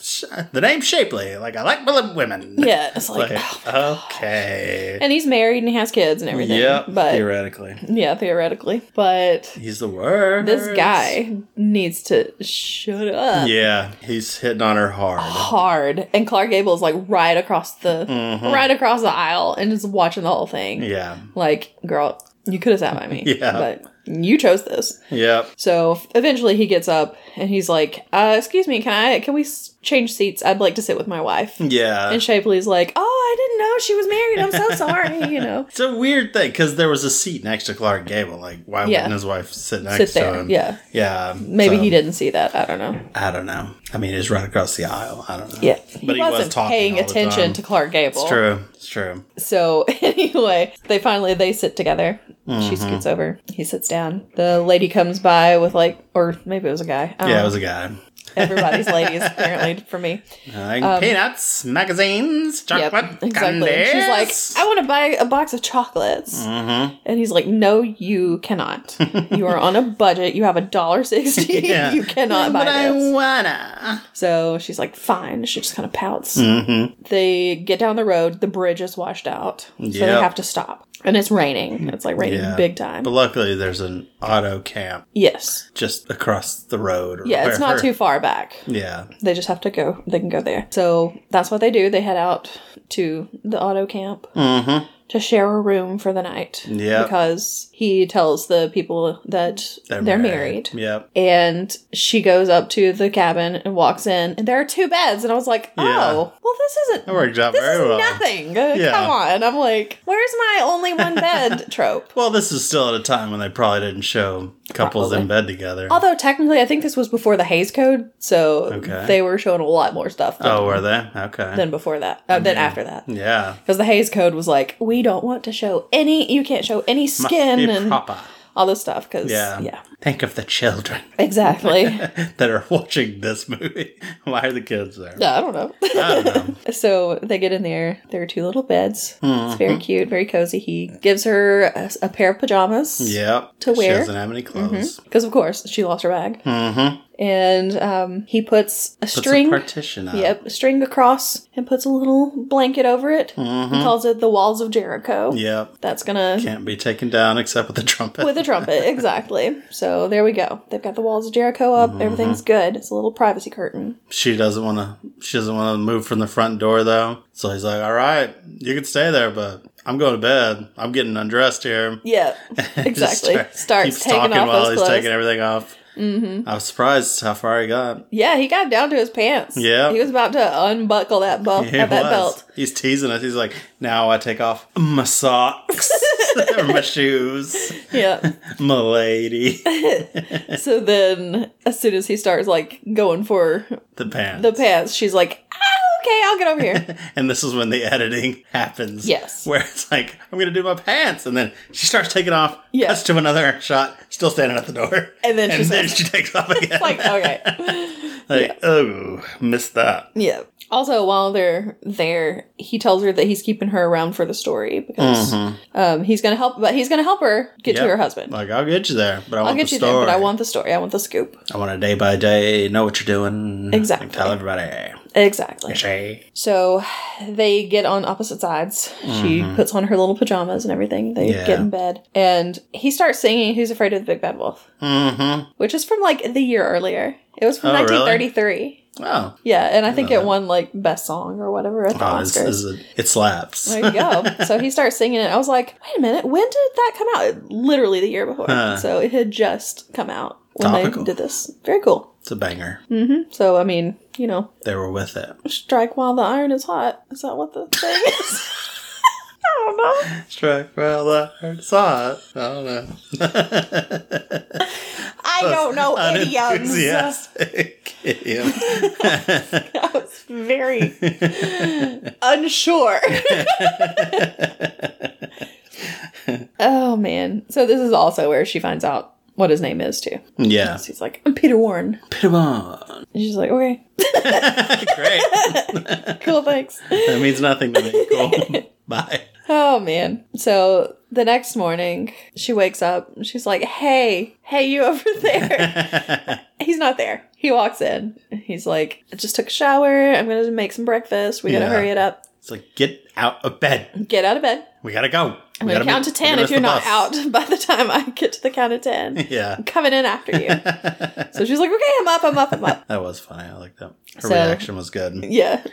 Speaker 1: The name Shapley. Like I like little women.
Speaker 2: yeah. It's like,
Speaker 1: Like, okay.
Speaker 2: and he's married and he has kids and everything.
Speaker 1: Yep.
Speaker 2: but
Speaker 1: theoretically,
Speaker 2: yeah, theoretically, but
Speaker 1: he's the worst.
Speaker 2: this guy needs to shut up.
Speaker 1: Yeah, he's hitting on her hard.
Speaker 2: hard and Clark Gable is like right across the right across the aisle and just watching the whole thing.
Speaker 1: Mm-hmm. Yeah.
Speaker 2: Like, girl, you could have sat by me.
Speaker 1: Yeah.
Speaker 2: But you chose this.
Speaker 1: Yep.
Speaker 2: So eventually he gets up and he's like, uh, excuse me, can I can we s- change seats? I'd like to sit with my wife.
Speaker 1: Yeah.
Speaker 2: And Shapley's like, "Oh, I didn't know she was married. I'm so sorry." You know,
Speaker 1: It's a weird thing because there was a seat next to Clark Gable. Like, why
Speaker 2: Yeah.
Speaker 1: wouldn't his wife sit next
Speaker 2: sit
Speaker 1: to
Speaker 2: there.
Speaker 1: him?
Speaker 2: Yeah,
Speaker 1: Yeah.
Speaker 2: maybe
Speaker 1: so,
Speaker 2: he didn't see that. I don't know.
Speaker 1: I don't know. I mean, he's right across the aisle. I don't know.
Speaker 2: Yeah,
Speaker 1: But he, was talking.
Speaker 2: paying
Speaker 1: all the
Speaker 2: attention
Speaker 1: time.
Speaker 2: to Clark Gable.
Speaker 1: It's true. It's true.
Speaker 2: So anyway, they finally they sit together.
Speaker 1: Mm-hmm.
Speaker 2: She scoots over. He sits down. The lady comes by with like, or maybe it was a guy. I don't
Speaker 1: Yeah,
Speaker 2: know.
Speaker 1: it was a guy. Uh,
Speaker 2: everybody's ladies apparently for me.
Speaker 1: Like peanuts, magazines,
Speaker 2: um, Yep,
Speaker 1: chocolate,
Speaker 2: exactly. And She's like, I want to buy a box of chocolates,
Speaker 1: Mm-hmm.
Speaker 2: and he's like, No, you cannot. you are on a budget. You have a dollar sixty.
Speaker 1: Yeah.
Speaker 2: You cannot buy
Speaker 1: but I
Speaker 2: this.
Speaker 1: wanna.
Speaker 2: So she's like, Fine. She just kind of pouts.
Speaker 1: Mm-hmm.
Speaker 2: They get down the road. The bridge is washed out, so they
Speaker 1: Yep.
Speaker 2: have to stop. And it's raining. It's like raining
Speaker 1: Yeah.
Speaker 2: big time.
Speaker 1: But luckily, there's an auto camp
Speaker 2: Yes.
Speaker 1: just across the road. Or
Speaker 2: Yeah, it's not
Speaker 1: wherever.
Speaker 2: too far back.
Speaker 1: Yeah.
Speaker 2: They just have to go. They can go there. So that's what they do. They head out to the auto camp
Speaker 1: Mm-hmm.
Speaker 2: to share a room for the night.
Speaker 1: Yeah.
Speaker 2: Because he tells the people that they're, married.
Speaker 1: Yep.
Speaker 2: And she goes up to the cabin and walks in, and there are two beds. And I was like, oh,
Speaker 1: Yeah.
Speaker 2: well, this isn't.
Speaker 1: That worked out
Speaker 2: This
Speaker 1: very
Speaker 2: is
Speaker 1: well.
Speaker 2: nothing. Uh,
Speaker 1: Yeah.
Speaker 2: Come on. I'm like, where's my only one bed trope?
Speaker 1: Well, this is still at a time when they probably didn't show couples in bed together.
Speaker 2: Although technically, I think this was before the Hayes Code, so
Speaker 1: Okay.
Speaker 2: they were showing a lot more stuff than,
Speaker 1: oh, were they? Okay.
Speaker 2: than before that, uh,
Speaker 1: Mm-hmm.
Speaker 2: than after that.
Speaker 1: yeah.
Speaker 2: Because the Hayes Code was like, we don't want to show any, you can't show any skin
Speaker 1: Be
Speaker 2: and
Speaker 1: proper.
Speaker 2: all this stuff because
Speaker 1: Yeah.
Speaker 2: yeah.
Speaker 1: Think of the children
Speaker 2: exactly.
Speaker 1: that are watching this movie. Why are the kids there?
Speaker 2: yeah, I don't know.
Speaker 1: I don't know.
Speaker 2: So they get in there. There are two little beds. It's
Speaker 1: Mm-hmm.
Speaker 2: very cute, very cozy. He gives her a, a pair of pajamas.
Speaker 1: Yep.
Speaker 2: To
Speaker 1: She
Speaker 2: wear. Mm-hmm.
Speaker 1: doesn't have any clothes.
Speaker 2: Because, of course, she lost her bag.
Speaker 1: Mm-hmm.
Speaker 2: And um, he puts a
Speaker 1: Puts
Speaker 2: string.
Speaker 1: a partition up.
Speaker 2: Yep, a string across and puts a little blanket over it.
Speaker 1: Mhm.
Speaker 2: He calls it the walls of Jericho.
Speaker 1: Yep.
Speaker 2: That's gonna
Speaker 1: Can't be taken down except with a trumpet.
Speaker 2: with a trumpet, exactly. So there we go. They've got the walls of Jericho up.
Speaker 1: Mm-hmm.
Speaker 2: Everything's good. It's a little privacy curtain.
Speaker 1: she doesn't want to. She doesn't want to move from the front door though. So he's like, "All right, you can stay there, but I'm going to bed. I'm getting undressed here."
Speaker 2: Yeah,
Speaker 1: Just
Speaker 2: exactly.
Speaker 1: start-
Speaker 2: Starts
Speaker 1: keeps
Speaker 2: taking
Speaker 1: talking
Speaker 2: off
Speaker 1: while
Speaker 2: those
Speaker 1: he's
Speaker 2: clothes.
Speaker 1: taking everything off. Mm-hmm. I was surprised how far he got.
Speaker 2: yeah, he got down to his pants.
Speaker 1: Yeah.
Speaker 2: he was about to unbuckle that belt,
Speaker 1: He
Speaker 2: that
Speaker 1: was.
Speaker 2: belt.
Speaker 1: He's teasing us. He's like, "Now I take off my socks, or my shoes,
Speaker 2: Yeah.
Speaker 1: my lady,
Speaker 2: so then, as soon as he starts like going for
Speaker 1: the pants,
Speaker 2: the pants, she's like, ah, "Okay, I'll get over here."
Speaker 1: And this is when the editing happens.
Speaker 2: Yes.
Speaker 1: Where it's like, I'm going to do my pants. And then she starts taking off.
Speaker 2: Yeah.
Speaker 1: Cuts to another shot, still standing at the door.
Speaker 2: And then she says-
Speaker 1: she takes off again.
Speaker 2: like, okay.
Speaker 1: Like, oh, missed that.
Speaker 2: Yeah. Also, while they're there, he tells her that he's keeping her around for the story because um, he's going to help, but he's going to help her get to
Speaker 1: Mm-hmm. Yep.
Speaker 2: her husband.
Speaker 1: Like, I'll get you there, but I
Speaker 2: I'll
Speaker 1: want
Speaker 2: get
Speaker 1: the
Speaker 2: you
Speaker 1: story.
Speaker 2: there, but I want the story. I want the scoop.
Speaker 1: I want a day by day, know what you're doing.
Speaker 2: Exactly.
Speaker 1: Like, tell everybody.
Speaker 2: Exactly.
Speaker 1: Shay.
Speaker 2: So they get on opposite sides. She puts on her little pajamas and everything. They
Speaker 1: Mm-hmm. Yeah.
Speaker 2: get in bed, and he starts singing "Who's Afraid of the Big Bad Wolf,"
Speaker 1: Mm
Speaker 2: which is from like the year earlier. It was from
Speaker 1: Oh, really?
Speaker 2: 1933.
Speaker 1: hmm. Oh.
Speaker 2: Yeah, and I think
Speaker 1: know
Speaker 2: it
Speaker 1: that.
Speaker 2: won like best song or whatever at the
Speaker 1: Oh, it's,
Speaker 2: Oscars.
Speaker 1: it's a, it slaps.
Speaker 2: There you go. so he starts singing it. I was like, wait a minute, when did that come out? It- Literally the year before.
Speaker 1: Huh.
Speaker 2: So it had just come out when
Speaker 1: Topical.
Speaker 2: they did this. Very cool.
Speaker 1: it's a banger.
Speaker 2: hmm So I mean, you know,
Speaker 1: They were with it.
Speaker 2: strike while the iron is hot. Is that what the thing is? I don't know.
Speaker 1: Struck well, I heard- saw it. I don't know.
Speaker 2: I don't know idioms.
Speaker 1: Enthusiastic. Idiom.
Speaker 2: I was very unsure. oh man. So this is also where she finds out what his name is too.
Speaker 1: yeah.
Speaker 2: So he's like, I'm Peter Warren.
Speaker 1: Pitabon.
Speaker 2: And she's like, okay,
Speaker 1: Great.
Speaker 2: cool, thanks.
Speaker 1: That means nothing to me. Cool. Bye.
Speaker 2: Oh man. So the next morning, she wakes up. and She's like, "Hey, hey, you over there?" He's not there. He walks in. He's like, "I just took a shower. I'm gonna make some breakfast. We gotta
Speaker 1: Yeah.
Speaker 2: hurry it up.
Speaker 1: It's like, get out of bed.
Speaker 2: Get out of bed.
Speaker 1: We gotta go.
Speaker 2: I'm
Speaker 1: We gotta
Speaker 2: gonna count
Speaker 1: meet-
Speaker 2: to
Speaker 1: we're
Speaker 2: ten
Speaker 1: gonna
Speaker 2: if you're not
Speaker 1: miss the bus."
Speaker 2: out by the time I get to the count of ten.
Speaker 1: Yeah.
Speaker 2: I'm coming in after you." so she's like, "Okay, I'm up. I'm up. I'm up."
Speaker 1: That was funny. I like that. Her
Speaker 2: So-
Speaker 1: reaction was good.
Speaker 2: Yeah.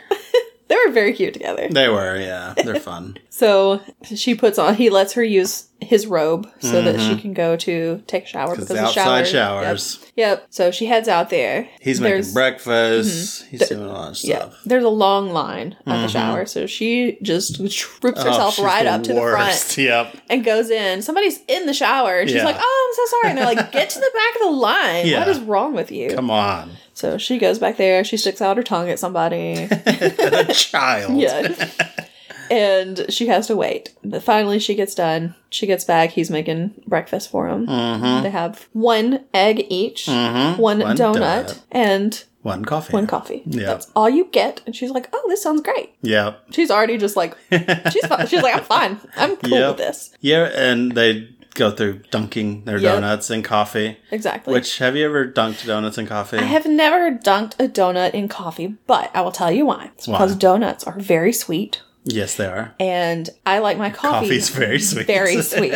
Speaker 2: they were very cute together.
Speaker 1: They were, yeah. They're fun.
Speaker 2: So she puts on. He lets her use his robe so that she can go to take a shower
Speaker 1: Because
Speaker 2: because
Speaker 1: the Mm-hmm.
Speaker 2: the shower,
Speaker 1: outside showers.
Speaker 2: Yep. Yep. So she heads out there.
Speaker 1: He's making
Speaker 2: There's- Mm-hmm.
Speaker 1: breakfast. He's doing a lot of
Speaker 2: Yeah,
Speaker 1: stuff.
Speaker 2: there's a long line at the shower, so she just trips herself
Speaker 1: Oh, she's
Speaker 2: right
Speaker 1: the
Speaker 2: up to the
Speaker 1: worst.
Speaker 2: front
Speaker 1: Yep.
Speaker 2: and goes in. Somebody's in the shower, and she's
Speaker 1: Yeah.
Speaker 2: like, "Oh, I'm so sorry." And they're like, "Get to the back of the line.
Speaker 1: Yeah.
Speaker 2: What is wrong with you?"
Speaker 1: Come on.
Speaker 2: So she goes back there. She sticks out her tongue at somebody.
Speaker 1: a child.
Speaker 2: Yeah. and she has to wait. But finally, she gets done. She gets back. He's making breakfast for him.
Speaker 1: Mhm.
Speaker 2: They have one egg each,
Speaker 1: Mhm.
Speaker 2: one,
Speaker 1: One
Speaker 2: donut,
Speaker 1: donut.
Speaker 2: and
Speaker 1: One coffee.
Speaker 2: one coffee.
Speaker 1: Yeah.
Speaker 2: That's all you get. And she's like, oh, this sounds great.
Speaker 1: Yep.
Speaker 2: She's already just like, she's, fine. she's like, I'm fine. I'm cool
Speaker 1: Yep.
Speaker 2: with this.
Speaker 1: Yeah, and they go through dunking their
Speaker 2: Yep.
Speaker 1: donuts in coffee.
Speaker 2: Exactly.
Speaker 1: Which have you ever dunked donuts in coffee?
Speaker 2: I have never dunked a donut in coffee, but I will tell you why. It's
Speaker 1: Why?
Speaker 2: because donuts are very sweet,
Speaker 1: yes, they are.
Speaker 2: and I like my coffee
Speaker 1: Coffee's very sweet.
Speaker 2: very sweet.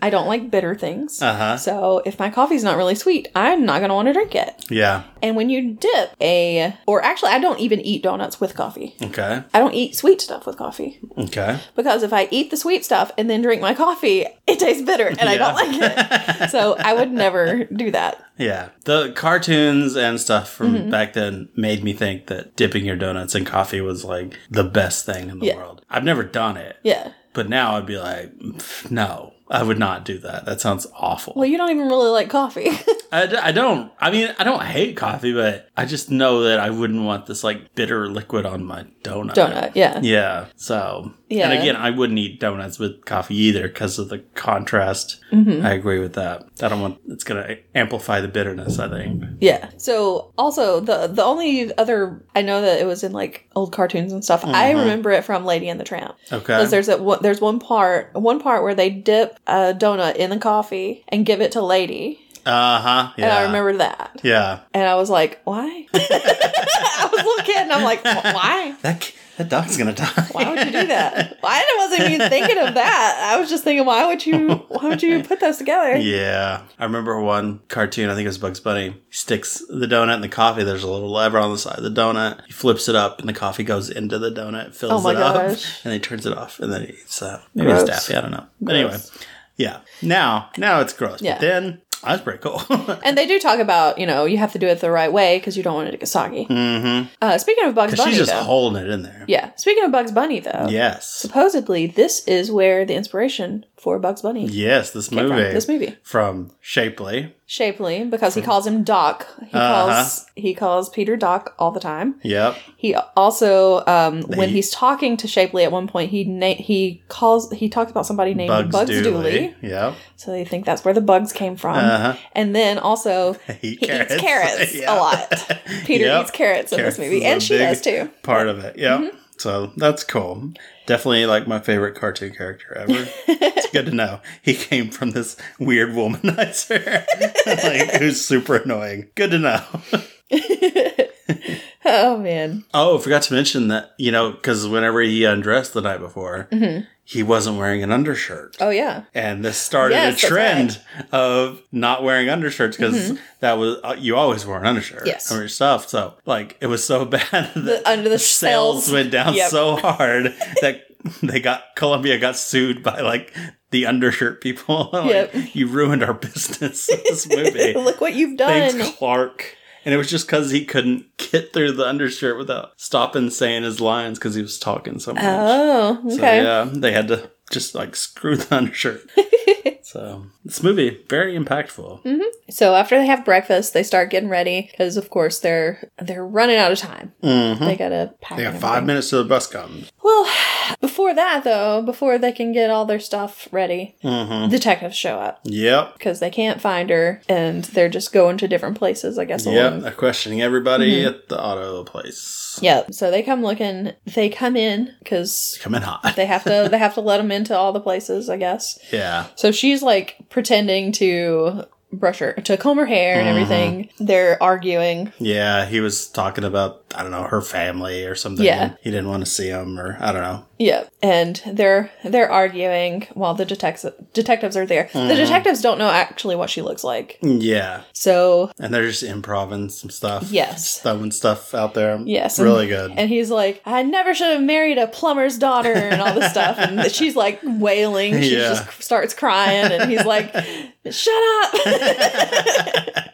Speaker 2: I don't like bitter things.
Speaker 1: Uh-huh.
Speaker 2: So if my coffee's not really sweet, I'm not gonna want to drink it.
Speaker 1: yeah.
Speaker 2: And when you dip a, or actually, I don't even eat donuts with coffee.
Speaker 1: Okay.
Speaker 2: I don't eat sweet stuff with coffee
Speaker 1: Okay.
Speaker 2: because if I eat the sweet stuff and then drink my coffee, it tastes bitter and I don't like it. So I would never do that.
Speaker 1: Yeah. The cartoons and stuff from
Speaker 2: Mm-hmm.
Speaker 1: back then made me think that dipping your donuts in coffee was like the best thing in the
Speaker 2: Yeah.
Speaker 1: world. I've never done it,
Speaker 2: Yeah.
Speaker 1: but now I'd be like, "Pff, no. I would not do that. That sounds awful.
Speaker 2: Well, you don't even really like coffee.
Speaker 1: I, d- I don't. I mean, I don't hate coffee, but I just know that I wouldn't want this like bitter liquid on my donut.
Speaker 2: Donut, yeah.
Speaker 1: Yeah. So.
Speaker 2: Yeah.
Speaker 1: And again, I wouldn't eat donuts with coffee either because of the contrast.
Speaker 2: Mm-hmm.
Speaker 1: I agree with that. I don't want. It's gonna amplify the bitterness. I think.
Speaker 2: Yeah. So also the the only other I know that it was in like old cartoons and stuff. I remember it from Lady and the Tramp.
Speaker 1: Mm-hmm. Okay.
Speaker 2: Because there's a one- there's one part one part where they dip a donut in the coffee and give it to Lady,
Speaker 1: Uh huh. Yeah.
Speaker 2: and Oh, I remember that.
Speaker 1: Yeah.
Speaker 2: And I was like, why? I was a little kid, and I'm like, "Wh- why?
Speaker 1: That ki- that dog's gonna die.
Speaker 2: Why would you do that? Why I wasn't even thinking of that. I was just thinking, why would you? Why would you put those together?
Speaker 1: Yeah. I remember one cartoon, I think it was Bugs Bunny, sticks the donut in the coffee. There's a little lever on the side of the donut. He flips it up and the coffee goes into the donut, fills
Speaker 2: Oh my
Speaker 1: it
Speaker 2: gosh.
Speaker 1: up, and then he turns it off and then he eats that. Maybe it's
Speaker 2: Gross.
Speaker 1: daffy, I don't know. But
Speaker 2: Gross.
Speaker 1: anyway. Yeah. Now now it's gross.
Speaker 2: Yeah.
Speaker 1: But then oh, that's pretty cool.
Speaker 2: And they do talk about you know you have to do it the right way because you don't want it to get soggy.
Speaker 1: mm-hmm.
Speaker 2: Uh, speaking of Bugs Bunny,
Speaker 1: She's just
Speaker 2: though,
Speaker 1: holding it in there.
Speaker 2: yeah. Speaking of Bugs Bunny, though,
Speaker 1: Yes.
Speaker 2: supposedly this is where the inspiration for Bugs Bunny
Speaker 1: Yes, this
Speaker 2: came
Speaker 1: movie.
Speaker 2: from. This movie,
Speaker 1: From Shapely.
Speaker 2: Shapely, because he calls him Doc. He
Speaker 1: Uh-huh.
Speaker 2: calls he calls Peter Doc all the time.
Speaker 1: Yep.
Speaker 2: He also, um, when
Speaker 1: They-
Speaker 2: he's talking to Shapely at one point, he na- he calls he talks about somebody named Bugs, Dooley.
Speaker 1: Yep.
Speaker 2: So they think that's where the bugs came from.
Speaker 1: Uh-huh.
Speaker 2: And then also,
Speaker 1: He,
Speaker 2: he eats carrots
Speaker 1: Yeah.
Speaker 2: a lot. Peter
Speaker 1: Yep.
Speaker 2: eats carrots in
Speaker 1: Carrots
Speaker 2: this
Speaker 1: is
Speaker 2: movie,
Speaker 1: Mm-hmm. a
Speaker 2: and she
Speaker 1: big-
Speaker 2: does too.
Speaker 1: part of it. Yeah. So that's cool. Definitely like my favorite cartoon character ever. it's good to know he came from this weird womanizer, like who's super annoying. Good to know.
Speaker 2: Oh man,
Speaker 1: Oh, forgot to mention that you know because whenever he undressed the night before, he wasn't wearing an undershirt.
Speaker 2: oh yeah,
Speaker 1: And this started
Speaker 2: Yes, that's
Speaker 1: a trend of not wearing undershirts because that was uh, you always wore an undershirt
Speaker 2: Yes.
Speaker 1: over your stuff. So like it was so bad that
Speaker 2: the, under the
Speaker 1: sales,
Speaker 2: cells.
Speaker 1: went down
Speaker 2: Yep.
Speaker 1: so hard that they got Columbia got sued by like the undershirt people. Like,
Speaker 2: Yep.
Speaker 1: You ruined our business. with This movie.
Speaker 2: Look what you've
Speaker 1: Thanks,
Speaker 2: done.
Speaker 1: Clark. And it was just because he couldn't get through the undershirt without stopping saying his lines because he was talking so much.
Speaker 2: Oh,
Speaker 1: So
Speaker 2: okay.
Speaker 1: yeah, they had to just like screw the undershirt. so this movie very impactful.
Speaker 2: Mm-hmm. So after they have breakfast, they start getting ready because, of course, they're they're running out of time.
Speaker 1: Mhm.
Speaker 2: They gotta pack.
Speaker 1: They got
Speaker 2: and
Speaker 1: five
Speaker 2: everything.
Speaker 1: minutes till the bus comes.
Speaker 2: Well, before that though, before they can get all their stuff ready,
Speaker 1: hmm
Speaker 2: detectives show up
Speaker 1: Yep.
Speaker 2: because they can't find her, and they're just going to different places. I guess.
Speaker 1: Yep.
Speaker 2: along-
Speaker 1: They're questioning everybody
Speaker 2: Mm-hmm.
Speaker 1: at the auto place.
Speaker 2: Yep. So they come looking. They come in because
Speaker 1: Come in hot.
Speaker 2: they have to. they have to let them into all the places. I guess.
Speaker 1: Yeah.
Speaker 2: So she's like pretending to brush her to comb her hair and
Speaker 1: Mm-hmm.
Speaker 2: everything. They're arguing.
Speaker 1: Yeah. He was talking about, I don't know, her family or something.
Speaker 2: Yeah.
Speaker 1: He didn't want to see him or I don't know.
Speaker 2: Yeah, and they're they're arguing while the detectives detectives are there.
Speaker 1: Mm-hmm.
Speaker 2: The detectives don't know actually what she looks like.
Speaker 1: Yeah.
Speaker 2: So
Speaker 1: And they're just improving some stuff.
Speaker 2: yes,
Speaker 1: Throwing stuff out there.
Speaker 2: Yes, and-
Speaker 1: Really good.
Speaker 2: and he's like, "I never should have married a plumber's daughter," and all this stuff. And she's like wailing. She
Speaker 1: Yeah.
Speaker 2: just starts crying, and he's like, "Shut up."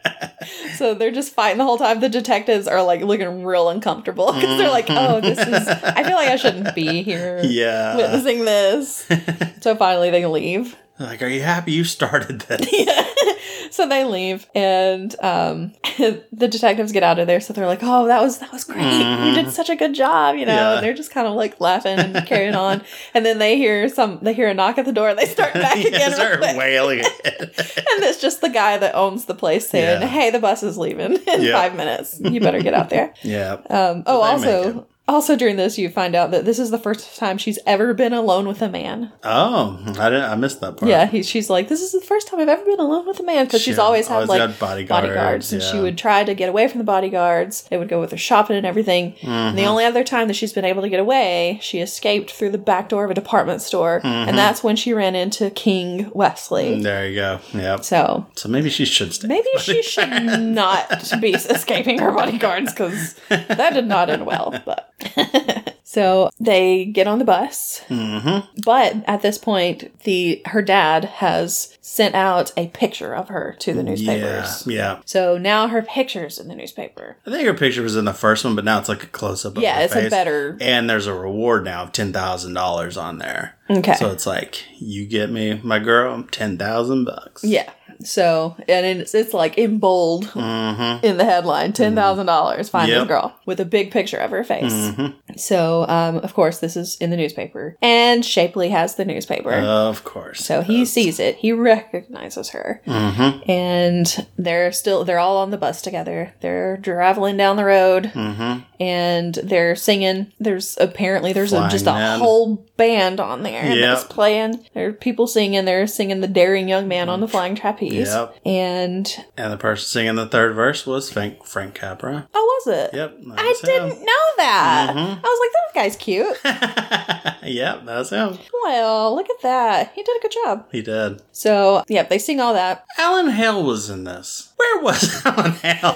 Speaker 2: So they're just fighting the whole time. The detectives are like looking real uncomfortable because they're like, "Oh, this is. I feel like I shouldn't be here
Speaker 1: yeah.
Speaker 2: witnessing this." so finally, they leave.
Speaker 1: Like, are you happy you started this?
Speaker 2: so they leave and um, the detectives get out of there so they're like oh that was that was great you did such a good job you know
Speaker 1: Mm-hmm. Yeah.
Speaker 2: and they're just kind of like laughing and carrying on and then they hear some they hear a knock at the door and they start back
Speaker 1: Yeah,
Speaker 2: again real
Speaker 1: start
Speaker 2: quick.
Speaker 1: wailing.
Speaker 2: and it's just the guy that owns the place saying
Speaker 1: Yeah.
Speaker 2: hey the bus is leaving in
Speaker 1: Yeah.
Speaker 2: five minutes you better get out there
Speaker 1: yeah.
Speaker 2: um, oh
Speaker 1: They make it.
Speaker 2: also also during this you find out that this is the first time she's ever been alone with a man
Speaker 1: Oh, I didn't. I missed that part.
Speaker 2: yeah, he, she's like, this is the first time I've ever been alone with a man because she's
Speaker 1: Yeah,
Speaker 2: always had
Speaker 1: always
Speaker 2: like
Speaker 1: had bodyguards,
Speaker 2: and she
Speaker 1: yeah.
Speaker 2: would try to get away from the bodyguards. They would go with her shopping and everything. And the
Speaker 1: Mm-hmm.
Speaker 2: only other time that she's been able to get away, she escaped through the back door of a department store,
Speaker 1: Mm-hmm.
Speaker 2: and that's when she ran into King Wesley.
Speaker 1: There you go. Yep.
Speaker 2: So
Speaker 1: So maybe she should stay.
Speaker 2: maybe she should not be escaping her bodyguards because that did not end well. But So they get on the bus,
Speaker 1: Mm-hmm.
Speaker 2: but at this point, the her dad has sent out a picture of her to the
Speaker 1: Yeah.
Speaker 2: newspapers.
Speaker 1: Yeah.
Speaker 2: So now her picture's in the newspaper.
Speaker 1: I think her picture was in the first one, but now it's like a close up.
Speaker 2: yeah,
Speaker 1: her
Speaker 2: it's a
Speaker 1: face.
Speaker 2: better.
Speaker 1: And there's a reward now of ten thousand dollars on there.
Speaker 2: Okay.
Speaker 1: So it's like you get me, my girl, ten thousand bucks.
Speaker 2: yeah. So and it's it's like in bold
Speaker 1: Mm-hmm.
Speaker 2: in the headline ten thousand dollars find
Speaker 1: Yep.
Speaker 2: this girl with a big picture of her face.
Speaker 1: Mm-hmm.
Speaker 2: So um, of course this is in the newspaper, and Shapley has the newspaper.
Speaker 1: Of course.
Speaker 2: so he sees it. He recognizes her.
Speaker 1: Mm-hmm.
Speaker 2: And they're still they're all on the bus together. They're traveling down the road
Speaker 1: Mm-hmm.
Speaker 2: and they're singing. There's apparently there's a, just a
Speaker 1: Flying Man.
Speaker 2: whole band on there
Speaker 1: Yep.
Speaker 2: that's playing. There are people singing. They're singing the daring young man on the flying
Speaker 1: Mm.
Speaker 2: trapeze.
Speaker 1: Yep.
Speaker 2: And
Speaker 1: And the person singing the third verse was Frank Frank Capra.
Speaker 2: oh, was it?
Speaker 1: Yep. that
Speaker 2: I
Speaker 1: was him.
Speaker 2: didn't know that.
Speaker 1: Mhm.
Speaker 2: I was like, that guy's cute.
Speaker 1: yep, that's him.
Speaker 2: well, look at that. He did a good job.
Speaker 1: He did.
Speaker 2: So yeah, they sing all that.
Speaker 1: Alan Hale was in this. Where was Alan Hale?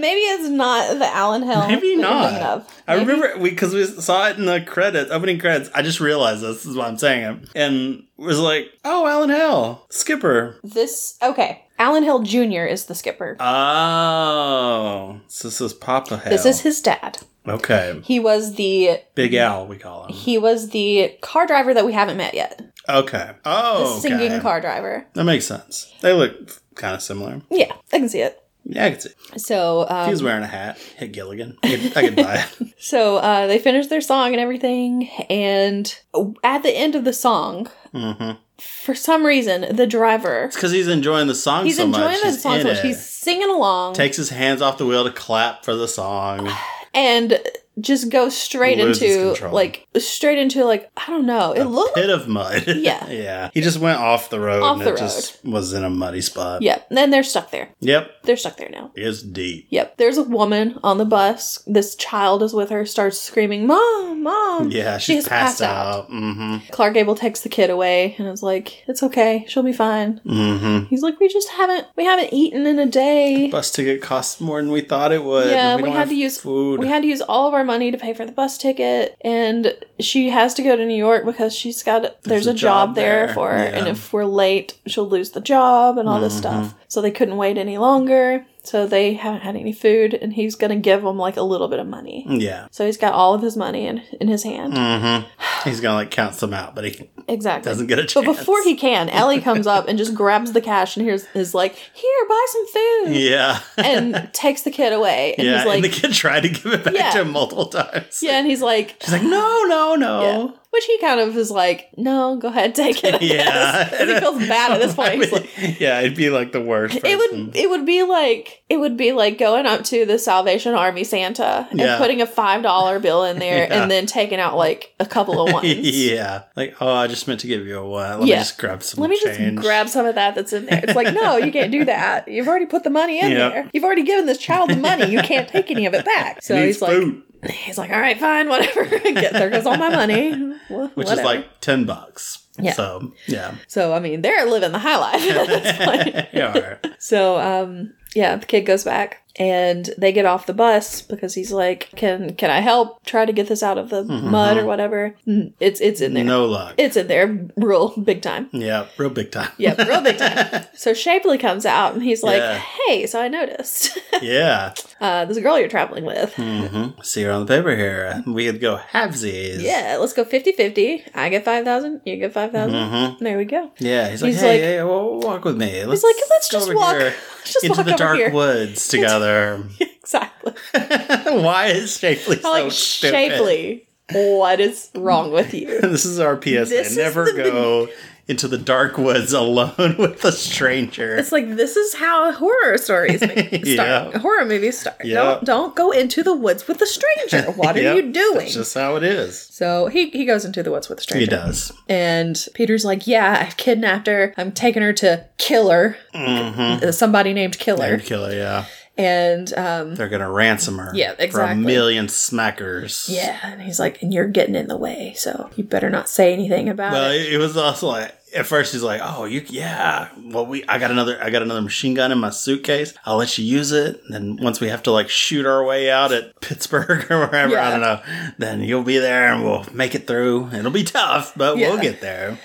Speaker 2: Maybe it's not the Alan Hill.
Speaker 1: Maybe
Speaker 2: that you're
Speaker 1: not.
Speaker 2: thinking of.
Speaker 1: I
Speaker 2: Maybe-
Speaker 1: remember because we, saw it in the credits, opening credits. I just realized this, is why I'm saying it, and was like, "Oh, Alan Hale, Skipper."
Speaker 2: This okay. Alan Hill Jr. is the skipper.
Speaker 1: Oh, so this is Papa Hale.
Speaker 2: This is his dad.
Speaker 1: okay.
Speaker 2: He was the
Speaker 1: Big Al, we call him.
Speaker 2: he was the car driver that we haven't met yet.
Speaker 1: Okay.
Speaker 2: The
Speaker 1: Oh, okay.
Speaker 2: singing car driver.
Speaker 1: That makes sense. They look kind of similar.
Speaker 2: Yeah, I can see it.
Speaker 1: Yeah, I could see.
Speaker 2: So
Speaker 1: He
Speaker 2: um,
Speaker 1: was wearing a hat. Hit Gilligan. I could, I could buy it.
Speaker 2: so uh, they finished their song and everything, and at the end of the song,
Speaker 1: hmm
Speaker 2: for some reason, the driver
Speaker 1: It's because he's enjoying the song
Speaker 2: he's
Speaker 1: so
Speaker 2: enjoying
Speaker 1: much.
Speaker 2: the
Speaker 1: He's
Speaker 2: song
Speaker 1: in
Speaker 2: so much.
Speaker 1: it.
Speaker 2: He's singing along
Speaker 1: Takes his hands off the wheel to clap for the song.
Speaker 2: and just goes straight
Speaker 1: Loses
Speaker 2: into
Speaker 1: control.
Speaker 2: like straight into like I don't know. It looked
Speaker 1: Pit of mud.
Speaker 2: Yeah.
Speaker 1: yeah. He just went off the road
Speaker 2: Off
Speaker 1: and
Speaker 2: the
Speaker 1: it just was in a muddy spot.
Speaker 2: yeah. And then they're stuck there.
Speaker 1: Yep.
Speaker 2: They're stuck there now.
Speaker 1: It's deep.
Speaker 2: Yep. There's a woman on the bus. This child is with her, starts screaming, Mom, Mom.
Speaker 1: Yeah,
Speaker 2: She
Speaker 1: she's
Speaker 2: has
Speaker 1: passed,
Speaker 2: passed out.
Speaker 1: out. Mm-hmm.
Speaker 2: Clark Gable takes the kid away and is like, It's okay, she'll be fine.
Speaker 1: Mm-hmm.
Speaker 2: He's like, We just haven't we haven't eaten in a day.
Speaker 1: Bus ticket costs more than we thought it would.
Speaker 2: Yeah,
Speaker 1: and
Speaker 2: we
Speaker 1: don't
Speaker 2: had
Speaker 1: have
Speaker 2: to use-
Speaker 1: food.
Speaker 2: We had to use all of our money to pay for the bus ticket, and she has to go to New York because she's got there's, a, job, there, for her, and
Speaker 1: yeah.
Speaker 2: if we're late, she'll lose the job and all this stuff. So they couldn't wait any longer. So they haven't had any food, and he's gonna give them like a little bit of money.
Speaker 1: yeah.
Speaker 2: So he's got all of his money in, in his hand.
Speaker 1: Mm-hmm. He's gonna like count some out, but he
Speaker 2: Exactly.
Speaker 1: doesn't get a
Speaker 2: but
Speaker 1: chance.
Speaker 2: before he can, Ellie comes up and just grabs the cash and here's is like, "Here, buy some food,"
Speaker 1: Yeah.
Speaker 2: and takes the kid away. And
Speaker 1: yeah.
Speaker 2: he's like,
Speaker 1: and the kid tried to give it back
Speaker 2: Yeah.
Speaker 1: to him multiple times.
Speaker 2: "Yeah," and he's like,
Speaker 1: She's like, "Oh." no, no, no.
Speaker 2: which he kind of is like, "No, go ahead, take it." I
Speaker 1: Yeah.
Speaker 2: guess." 'Cause he feels bad at this point.
Speaker 1: I
Speaker 2: He's
Speaker 1: mean,
Speaker 2: like,
Speaker 1: yeah, it'd be like the worst.
Speaker 2: it
Speaker 1: person.
Speaker 2: would it would be like it would be like going up to the Salvation Army Santa and
Speaker 1: Yeah.
Speaker 2: putting a five dollar bill in there
Speaker 1: Yeah.
Speaker 2: and then taking out like a couple of ones.
Speaker 1: yeah. Like, oh, I just meant to give you a one. Let me
Speaker 2: Yeah.
Speaker 1: just grab some
Speaker 2: Let me
Speaker 1: change.
Speaker 2: just grab some of that that's in there. It's like, no, you can't do that. You've already put the money in
Speaker 1: Yep.
Speaker 2: there. You've already given this child the money. You can't take any of it back. So
Speaker 1: Needs
Speaker 2: he's like,
Speaker 1: food,
Speaker 2: he's like, all right, fine, whatever. Get there goes all my money. Wh-
Speaker 1: which
Speaker 2: whatever.
Speaker 1: is like 10 bucks.
Speaker 2: Yeah.
Speaker 1: So, yeah.
Speaker 2: so I mean, they're living the high life at this point.
Speaker 1: yeah.
Speaker 2: So um, yeah, the kid goes back and they get off the bus because he's like, can can I help? Try to get this out of the mud or whatever. Mm, It's it's in there.
Speaker 1: Mm-hmm. No luck.
Speaker 2: It's in there, real big time.
Speaker 1: yeah. Real big time.
Speaker 2: Yep, real big time. So Shapley comes out and he's like,
Speaker 1: Yeah.
Speaker 2: "Hey, so I noticed
Speaker 1: yeah.
Speaker 2: uh, this girl you're traveling with.
Speaker 1: Mm-hmm. See her on the paper here. We could go halvesies.
Speaker 2: Yeah, let's go 50-50. I get five thousand, you get five
Speaker 1: Mm-hmm.
Speaker 2: There we go.
Speaker 1: Yeah. He's like,
Speaker 2: He's
Speaker 1: hey,
Speaker 2: like-
Speaker 1: hey, well, walk with me. Let's
Speaker 2: He's like, let's
Speaker 1: go
Speaker 2: just
Speaker 1: over
Speaker 2: walk,
Speaker 1: here
Speaker 2: let's just
Speaker 1: into
Speaker 2: walk
Speaker 1: the
Speaker 2: over
Speaker 1: dark
Speaker 2: here.
Speaker 1: woods together.
Speaker 2: Exactly.
Speaker 1: Why is Shapley so
Speaker 2: like
Speaker 1: stupid?
Speaker 2: Shapley, what is wrong with you?
Speaker 1: This is our PSA.
Speaker 2: This is
Speaker 1: Never
Speaker 2: the
Speaker 1: go into the dark woods alone with a stranger.
Speaker 2: It's like this is how horror stories make- start.
Speaker 1: Yeah.
Speaker 2: Horror movies start.
Speaker 1: Yeah.
Speaker 2: Don't don't go into the woods with a stranger. What are
Speaker 1: Yep,
Speaker 2: you doing?
Speaker 1: That's just how it is.
Speaker 2: so he, he goes into the woods with a stranger.
Speaker 1: He does.
Speaker 2: And Peter's like, Yeah, I've kidnapped her. I'm taking her to Killer,
Speaker 1: Mm-hmm.
Speaker 2: uh, somebody named Killer.
Speaker 1: Killer, yeah.
Speaker 2: And um,
Speaker 1: They're gonna ransom her.
Speaker 2: Yeah,
Speaker 1: For a
Speaker 2: exactly.
Speaker 1: million smackers.
Speaker 2: yeah, and he's like, and you're getting in the way, so you better not say anything about
Speaker 1: Well,
Speaker 2: it.
Speaker 1: it, it was also like at first he's like, "Oh, you yeah, well we I got another I got another machine gun in my suitcase. I'll let you use it." And then once we have to like shoot our way out at Pittsburgh or wherever, I
Speaker 2: Yeah.
Speaker 1: don't know, then you'll be there and we'll make it through. It'll be tough, but we'll
Speaker 2: Yeah.
Speaker 1: get there.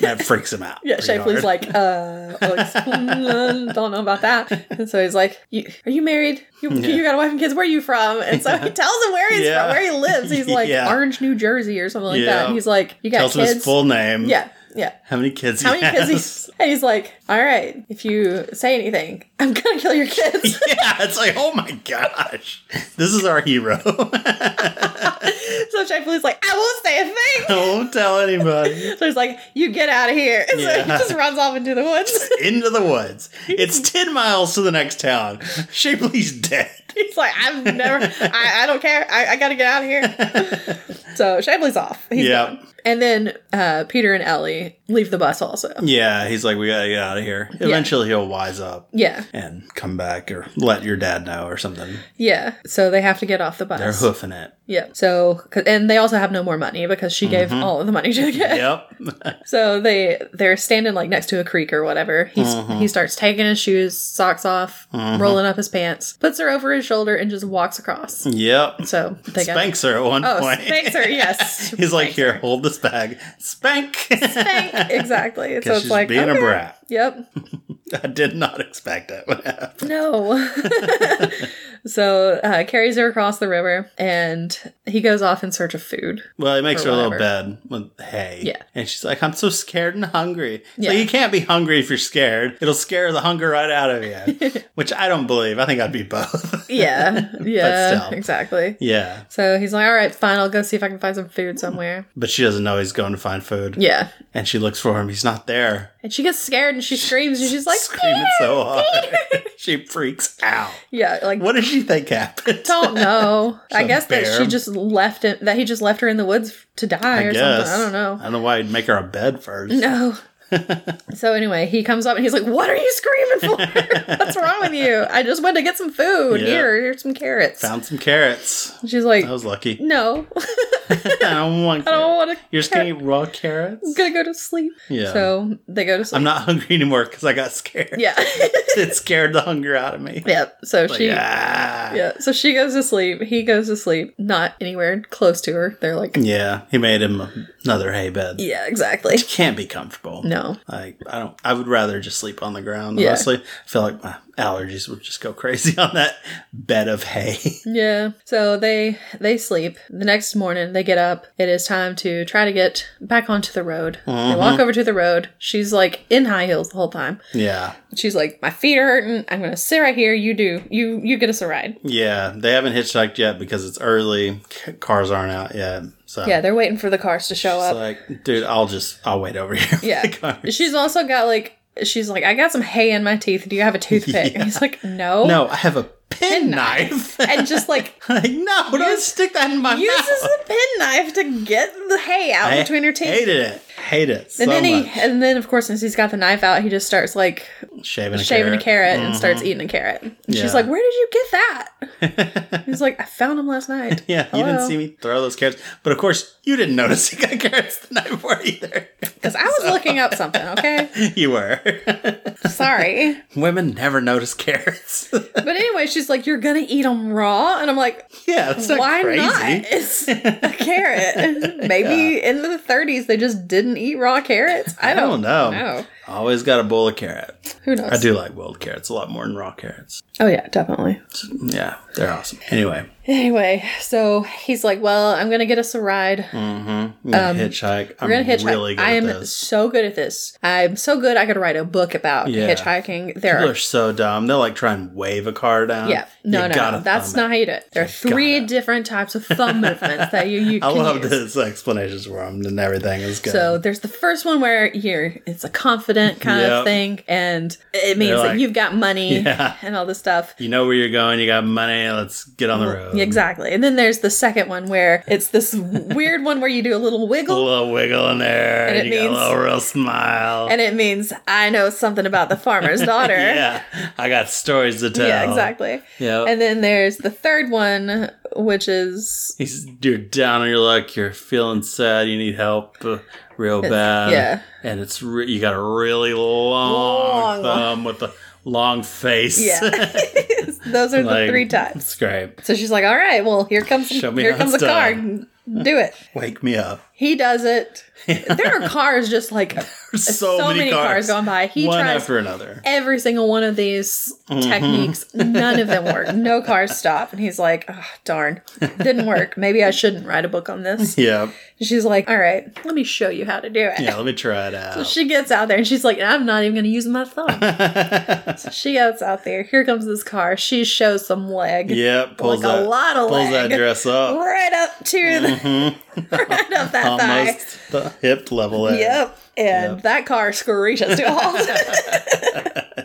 Speaker 1: That freaks him out.
Speaker 2: Yeah,
Speaker 1: pretty
Speaker 2: Shapley's
Speaker 1: hard.
Speaker 2: like, uh, Alex, mm, don't know about that. And so he's like, you, Are you married? You, you got a wife and kids. Where are you from? And so he tells him where he's
Speaker 1: Yeah.
Speaker 2: from, where he lives. He's like,
Speaker 1: Yeah.
Speaker 2: Orange, New Jersey, or something like
Speaker 1: Yeah.
Speaker 2: that. And he's like, You got
Speaker 1: tells him
Speaker 2: kids?
Speaker 1: his full name.
Speaker 2: yeah, yeah.
Speaker 1: How many kids?
Speaker 2: How
Speaker 1: he
Speaker 2: many kids?
Speaker 1: has.
Speaker 2: He's, and he's like, All right, if you say anything, I'm going to kill your kids.
Speaker 1: yeah, it's like, oh my gosh, this is our hero.
Speaker 2: so Shapley's like, I won't say a thing.
Speaker 1: Don't tell anybody.
Speaker 2: So he's like, You get out of here. And so
Speaker 1: Yeah.
Speaker 2: he just runs off into the woods.
Speaker 1: Into the woods. It's ten miles to the next town. Shapley's dead.
Speaker 2: He's like, I've never, I, I don't care. I, I gotta get out of here. so Shapley's off. He's
Speaker 1: Yeah.
Speaker 2: gone. And then uh, Peter and Ellie leave the bus also.
Speaker 1: Yeah, he's like, we gotta get out of here. Eventually, he'll wise up
Speaker 2: Yeah.
Speaker 1: and come back, or let your dad know, or something.
Speaker 2: Yeah. So they have to get off the
Speaker 1: They're
Speaker 2: bus.
Speaker 1: hoofing it.
Speaker 2: Yeah. So, 'cause- and they also have no more money because she gave
Speaker 1: Mm-hmm.
Speaker 2: all of the money to the kid.
Speaker 1: Yep.
Speaker 2: So they, they're standing like next to a creek or whatever. He's,
Speaker 1: Mm-hmm.
Speaker 2: He starts taking his shoes, socks off, rolling up his pants, puts her over his shoulder and just walks across.
Speaker 1: Yep.
Speaker 2: So they got.
Speaker 1: Spanks her at one
Speaker 2: Oh,
Speaker 1: point.
Speaker 2: spanks her, yes.
Speaker 1: He's like,
Speaker 2: Spanks
Speaker 1: here,
Speaker 2: her.
Speaker 1: hold this bag. Spank.
Speaker 2: Spank. Exactly. So
Speaker 1: Because
Speaker 2: it's
Speaker 1: she's
Speaker 2: like
Speaker 1: being
Speaker 2: okay.
Speaker 1: a brat.
Speaker 2: Yep.
Speaker 1: I did not expect that would happen.
Speaker 2: No. so uh, carries her across the river, and he goes off in search of food.
Speaker 1: Well, it makes
Speaker 2: Or
Speaker 1: her a little
Speaker 2: whatever.
Speaker 1: bed with hay.
Speaker 2: Yeah.
Speaker 1: And she's like, I'm so scared and hungry. It's
Speaker 2: Yeah.
Speaker 1: Like, you can't be hungry if you're scared. It'll scare the hunger right out of you, which I don't believe. I think I'd be both.
Speaker 2: Yeah, yeah,
Speaker 1: still.
Speaker 2: exactly.
Speaker 1: yeah.
Speaker 2: So he's like, "All right, fine. I'll go see if I can find some food somewhere."
Speaker 1: But she doesn't know he's going to find food.
Speaker 2: Yeah,
Speaker 1: And she looks for him. He's not there.
Speaker 2: and she gets scared and she screams and she's like, "Ah!"
Speaker 1: Screaming so hard. she freaks out.
Speaker 2: "Yeah, like
Speaker 1: What did she think happened?
Speaker 2: don't know." I
Speaker 1: Some
Speaker 2: guess that
Speaker 1: bear.
Speaker 2: she just left it. That he just left her in the woods to die or something. I don't
Speaker 1: I
Speaker 2: know.
Speaker 1: don't know why I'd make her a bed first.
Speaker 2: No. so anyway, he comes up and he's like, "What are you screaming for? What's wrong with you? I just went to get some food.
Speaker 1: Yeah.
Speaker 2: Here, here's some carrots."
Speaker 1: Found some carrots.
Speaker 2: She's like,
Speaker 1: I was lucky.
Speaker 2: no,
Speaker 1: I don't want
Speaker 2: I don't
Speaker 1: carrots.
Speaker 2: want to.
Speaker 1: You're just going to eat raw carrots?
Speaker 2: I'm gonna go to sleep.
Speaker 1: Yeah.
Speaker 2: So they go to sleep.
Speaker 1: I'm not hungry anymore because I got scared.
Speaker 2: yeah.
Speaker 1: it scared the hunger out of me.
Speaker 2: yeah. So
Speaker 1: Like,
Speaker 2: she. Yeah.
Speaker 1: ah.
Speaker 2: So she goes to sleep. He goes to sleep. Not anywhere close to her. They're like.
Speaker 1: Yeah, he made him another hay bed.
Speaker 2: Yeah. Exactly.
Speaker 1: She can't be comfortable.
Speaker 2: No.
Speaker 1: Like I don't. I would rather just sleep on the ground.
Speaker 2: Yeah.
Speaker 1: Honestly, I feel like my allergies would just go crazy on that bed of hay.
Speaker 2: Yeah. So they they sleep. The next morning they get up. It is time to try to get back onto the road. They
Speaker 1: Mm-hmm.
Speaker 2: walk over to the road. She's like in high heels the whole time.
Speaker 1: yeah,
Speaker 2: She's like, my feet are hurting. I'm gonna sit right here. You do. You you get us a ride.
Speaker 1: Mm. yeah. They haven't hitchhiked yet because it's early. C- Cars aren't out yet. So
Speaker 2: Yeah. They're waiting for the cars to show
Speaker 1: it's
Speaker 2: up.
Speaker 1: like, dude, I'll just I'll wait over here. for
Speaker 2: Yeah.
Speaker 1: the car.
Speaker 2: She's also got like she's like, I got some hay in my teeth. Do you have a toothpick? And he's like, No.
Speaker 1: No, I have a penknife.
Speaker 2: And just like
Speaker 1: like, no, don't stick that in my mouth.
Speaker 2: uses the penknife to get the hay out
Speaker 1: I
Speaker 2: between her teeth.
Speaker 1: Hated it. Hate it. So
Speaker 2: and then
Speaker 1: much.
Speaker 2: he and then of course since he's got the knife out, he just starts like
Speaker 1: shaving a carrot. Mm-hmm.
Speaker 2: shaving a carrot and starts eating a carrot. And
Speaker 1: Yeah.
Speaker 2: she's like, Where did you get that? he's like, I found him last night.
Speaker 1: Yeah, you didn't
Speaker 2: Hello.
Speaker 1: see me throw those carrots, but of course you didn't notice he got carrots the night before either.
Speaker 2: Because I was looking up something, okay?
Speaker 1: you were.
Speaker 2: Sorry.
Speaker 1: Women never notice carrots.
Speaker 2: But anyway, she's like, You're gonna eat them raw? And I'm like,
Speaker 1: yeah, that's not
Speaker 2: Why
Speaker 1: crazy.
Speaker 2: not? It's a carrot. Maybe in the 30s they just didn't eat raw carrots. I
Speaker 1: I
Speaker 2: don't,
Speaker 1: don't know.
Speaker 2: know.
Speaker 1: Always got a bowl of carrot.
Speaker 2: Who knows?
Speaker 1: I do like boiled carrots a lot more than raw carrots.
Speaker 2: Oh yeah, definitely.
Speaker 1: Yeah, they're awesome. Anyway,
Speaker 2: Anyway, so he's like, "Well, I'm gonna get us a ride.
Speaker 1: I'm gonna hitchhike. I'm
Speaker 2: Um, We're gonna hitchhike.
Speaker 1: really good
Speaker 2: I am
Speaker 1: at this.
Speaker 2: so good at this. I'm so good. I could write a book about
Speaker 1: Yeah.
Speaker 2: hitchhiking. There
Speaker 1: People
Speaker 2: are."
Speaker 1: are so dumb. They'll like try and wave a car down.
Speaker 2: Yeah, no,
Speaker 1: You gotta
Speaker 2: no, that's
Speaker 1: thumb
Speaker 2: not
Speaker 1: it.
Speaker 2: how you do it. There are three different types of thumb movements that you, you
Speaker 1: I
Speaker 2: can
Speaker 1: love
Speaker 2: use.
Speaker 1: this explanations for them and everything is good.
Speaker 2: So there's the first one where you're it's a confident kind
Speaker 1: Yep.
Speaker 2: of thing, and it means
Speaker 1: You're
Speaker 2: that
Speaker 1: like,
Speaker 2: you've got money
Speaker 1: Yeah.
Speaker 2: and all this stuff.
Speaker 1: you know where you're going. You got money. Let's get on the road. something.
Speaker 2: Exactly. And then there's the second one where it's this weird one where you do a little
Speaker 1: A
Speaker 2: wiggle
Speaker 1: little wiggle in there.
Speaker 2: And it
Speaker 1: you got
Speaker 2: means-
Speaker 1: a little real smile.
Speaker 2: and it means I know something about the farmer's daughter.
Speaker 1: yeah, I got stories to tell.
Speaker 2: Yeah, exactly.
Speaker 1: Yeah,
Speaker 2: And then there's the third one, which is
Speaker 1: He's, you're down on your luck. You're feeling sad. You need help uh, real bad.
Speaker 2: yeah.
Speaker 1: and it's re- you got a really long,
Speaker 2: Long.
Speaker 1: thumb with a long face.
Speaker 2: yeah. Those are the
Speaker 1: Like,
Speaker 2: three types.
Speaker 1: It's great.
Speaker 2: So she's like, "All right, well, here comes
Speaker 1: Show me
Speaker 2: here
Speaker 1: how
Speaker 2: comes a
Speaker 1: it's
Speaker 2: car.
Speaker 1: done."
Speaker 2: Do it."
Speaker 1: Wake me up.
Speaker 2: He does it. There are cars just like
Speaker 1: so, many, cars,
Speaker 2: going by. He
Speaker 1: one
Speaker 2: tries
Speaker 1: after Mm-hmm. another.
Speaker 2: every single one of these techniques. None of them work. No cars stop. And he's like, oh, "Darn, didn't work. Maybe I shouldn't write a book on this."
Speaker 1: Yeah,
Speaker 2: And she's like, "All right, let me show you how to do it."
Speaker 1: yeah. Let me try it out.
Speaker 2: She gets out there and she's like, I'm not even going to use my thumb. so she gets out there. Here comes this car. She shows some leg.
Speaker 1: yeah, pulls
Speaker 2: Like a
Speaker 1: that
Speaker 2: lot of
Speaker 1: pulls that
Speaker 2: leg.
Speaker 1: dress up
Speaker 2: Right up to the, right up that thigh.
Speaker 1: Mm-hmm. almost the hip level. there.
Speaker 2: Yep. And that car screeches to a halt.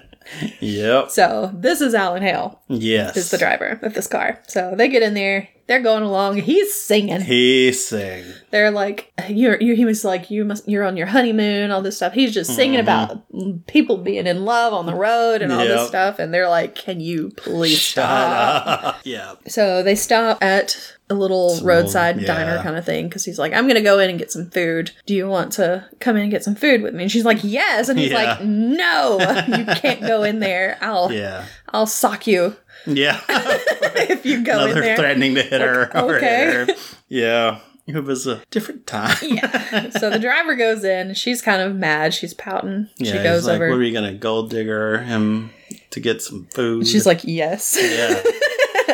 Speaker 1: Yep.
Speaker 2: so this is Alan Hale,
Speaker 1: Yes.
Speaker 2: is the driver of this car. So they get in there. They're going along. He's singing.
Speaker 1: He sang.
Speaker 2: They're like, you're, you he was like, you must, you're on your honeymoon, all this stuff. He's just singing about people being in love on the road and all
Speaker 1: Mm-hmm. Yep.
Speaker 2: this stuff. And they're like, can you please
Speaker 1: Shut up. Yeah.
Speaker 2: So they stop at a little
Speaker 1: Some
Speaker 2: roadside
Speaker 1: little-
Speaker 2: diner
Speaker 1: yeah.
Speaker 2: kind of thing because he's like, I'm going to go in and get some food. Do you want to come in and get some food with me? And she's like, Yes. And he's
Speaker 1: Yeah.
Speaker 2: like, No, you can't go in there. I'll
Speaker 1: Yeah.
Speaker 2: I'll sock you
Speaker 1: Yeah.
Speaker 2: if you go in
Speaker 1: Another
Speaker 2: there.
Speaker 1: threatening to hit her. or
Speaker 2: okay.
Speaker 1: hit her. Yeah. It was a different time.
Speaker 2: Yeah. So the driver goes in. She's kind of mad. She's pouting.
Speaker 1: Yeah,
Speaker 2: she
Speaker 1: he's
Speaker 2: goes
Speaker 1: like,
Speaker 2: over.
Speaker 1: What are you gonna gold digger him to get some food?
Speaker 2: she's like, Yes.
Speaker 1: yeah,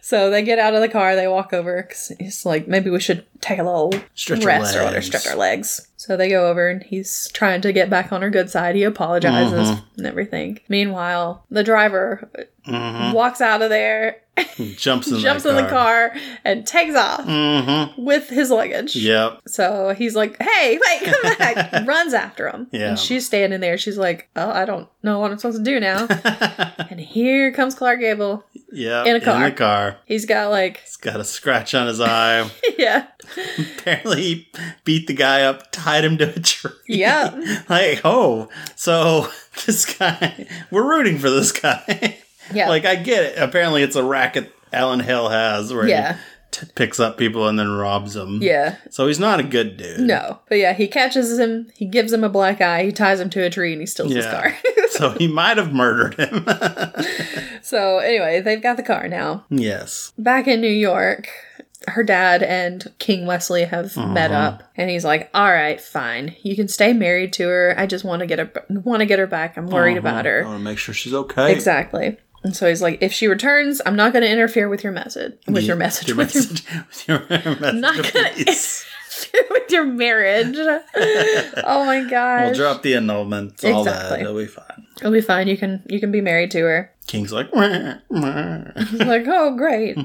Speaker 2: so they get out of the car. They walk over because he's like, Maybe we should take a little
Speaker 1: stretch
Speaker 2: rest
Speaker 1: her
Speaker 2: or whatever,
Speaker 1: legs.
Speaker 2: stretch our legs. So they go over and he's trying to get back on her good side. He apologizes
Speaker 1: Mm-hmm.
Speaker 2: and everything. Meanwhile, the driver
Speaker 1: Mhm.
Speaker 2: walks out of there,
Speaker 1: Jumps in
Speaker 2: jumps
Speaker 1: the
Speaker 2: in
Speaker 1: car.
Speaker 2: the car, and takes off
Speaker 1: Mm-hmm.
Speaker 2: with his luggage.
Speaker 1: Yep.
Speaker 2: So he's like, hey, wait, come back. Runs after him.
Speaker 1: Yeah.
Speaker 2: And she's standing there. She's like, oh, I don't know what I'm supposed to do now. and here comes Clark Gable.
Speaker 1: Yep.
Speaker 2: In a car.
Speaker 1: In the car.
Speaker 2: He's got like,
Speaker 1: He's got a scratch on his eye.
Speaker 2: yeah,
Speaker 1: Apparently, he beat the guy up, tied him to a tree.
Speaker 2: Yep.
Speaker 1: like, oh, so this guy, we're rooting for this guy.
Speaker 2: yeah.
Speaker 1: Like, I get it. Apparently, it's a racket Alan Hill has where
Speaker 2: Yeah.
Speaker 1: he t- picks up people and then robs them.
Speaker 2: yeah.
Speaker 1: So he's not a good dude.
Speaker 2: No. But yeah, he catches him, he gives him a black eye, he ties him to a tree, and he steals his
Speaker 1: Yeah.
Speaker 2: car.
Speaker 1: so he might have murdered him.
Speaker 2: so anyway, they've got the car now.
Speaker 1: yes.
Speaker 2: Back in New York, her dad and King Wesley have met
Speaker 1: Uh-huh.
Speaker 2: up, and he's like, "All right, fine. You can stay married to her. I just want to get her want to get her back. I'm worried about her."
Speaker 1: want to make sure she's okay.
Speaker 2: Exactly. And so he's like, "If she returns, I'm not going to interfere with your message with your message
Speaker 1: Your
Speaker 2: with your
Speaker 1: message. With your message.
Speaker 2: not gonna-
Speaker 1: please.
Speaker 2: with your marriage." oh my gosh.
Speaker 1: We'll drop the annulment. All that.
Speaker 2: Exactly.
Speaker 1: It'll be fine.
Speaker 2: It'll be fine. You can you can be married to her.
Speaker 1: King's like, "Wah, wah."
Speaker 2: It's like, oh, great.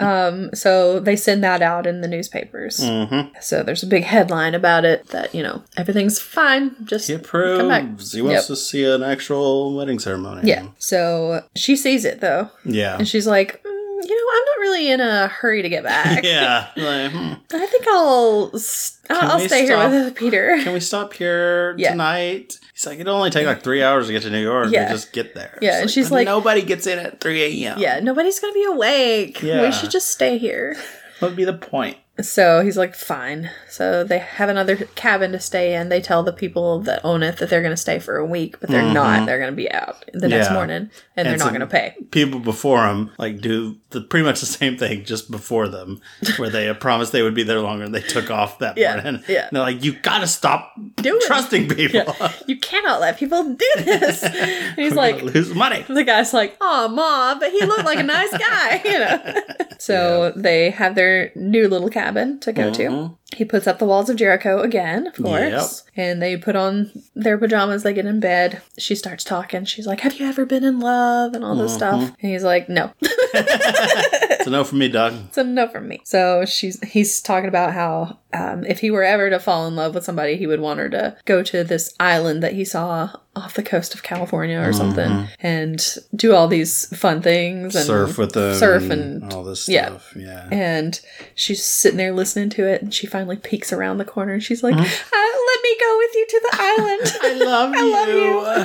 Speaker 2: um, so they send that out in the newspapers.
Speaker 1: Mhm.
Speaker 2: So there's a big headline about it that, you know, everything's fine. Just
Speaker 1: he
Speaker 2: come back.
Speaker 1: approves. He wants
Speaker 2: Yep.
Speaker 1: to see an actual wedding ceremony.
Speaker 2: Yeah. So she sees it, though.
Speaker 1: Yeah.
Speaker 2: And she's like, "Mm, you know, I'm not really in a hurry to get back.
Speaker 1: Yeah. Like, hmm,
Speaker 2: I think I'll, s-
Speaker 1: Can
Speaker 2: I'll, I'll
Speaker 1: we
Speaker 2: stay here
Speaker 1: stop?
Speaker 2: with Peter.
Speaker 1: Can we stop here
Speaker 2: Yeah.
Speaker 1: tonight? He's like, it'll only take like three hours to get to New York.
Speaker 2: Yeah.
Speaker 1: We just get there.
Speaker 2: Yeah, and she's
Speaker 1: "But
Speaker 2: like-
Speaker 1: nobody gets in at 3 a.m.
Speaker 2: Yeah, nobody's going to be awake.
Speaker 1: Yeah.
Speaker 2: We should just stay here.
Speaker 1: What would be the point?
Speaker 2: So he's like, fine. So they have another cabin to stay in. They tell the people that own it that they're going to stay for a week, but they're not. They're going to be out the next
Speaker 1: Yeah.
Speaker 2: morning and, they're
Speaker 1: so-
Speaker 2: not going to pay.
Speaker 1: people before him like do the pretty much the same thing just before them where they promised they would be there longer and they took off that
Speaker 2: Yeah,
Speaker 1: morning
Speaker 2: yeah.
Speaker 1: And they're like you gotta stop
Speaker 2: Do it.
Speaker 1: trusting people
Speaker 2: You cannot let people do this. and he's
Speaker 1: We're
Speaker 2: like,
Speaker 1: gonna lose money
Speaker 2: the guy's like, oh, mom, but he looked like a nice guy, you know. so they have their new little cabin to go
Speaker 1: Mhm.
Speaker 2: to. He puts up the walls of Jericho again, of course. And they put on their pajamas, they get in bed. She starts talking. She's like, Have you ever been in love? And all this stuff. And he's like, No.
Speaker 1: It's a no for me, Doug.
Speaker 2: It's a no from me. So she's he's talking about how um, if he were ever to fall in love with somebody, he would want her to go to this island that he saw off the coast of California or something, and do all these fun things and
Speaker 1: Mm-hmm. Surf with them.
Speaker 2: surf and
Speaker 1: all this
Speaker 2: yeah.
Speaker 1: stuff. Yeah.
Speaker 2: And she's sitting there listening to it, and she finally peeks around the corner, and
Speaker 1: Mm-hmm.
Speaker 2: she's like, "Uh, "Let me go with you to the island."
Speaker 1: I love
Speaker 2: I love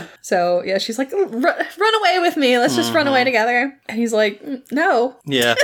Speaker 1: you.
Speaker 2: So yeah, she's like, "Run, run away with me. Let's just
Speaker 1: Mm-hmm.
Speaker 2: run away together." And he's like, "Mm, "No,
Speaker 1: Yeah.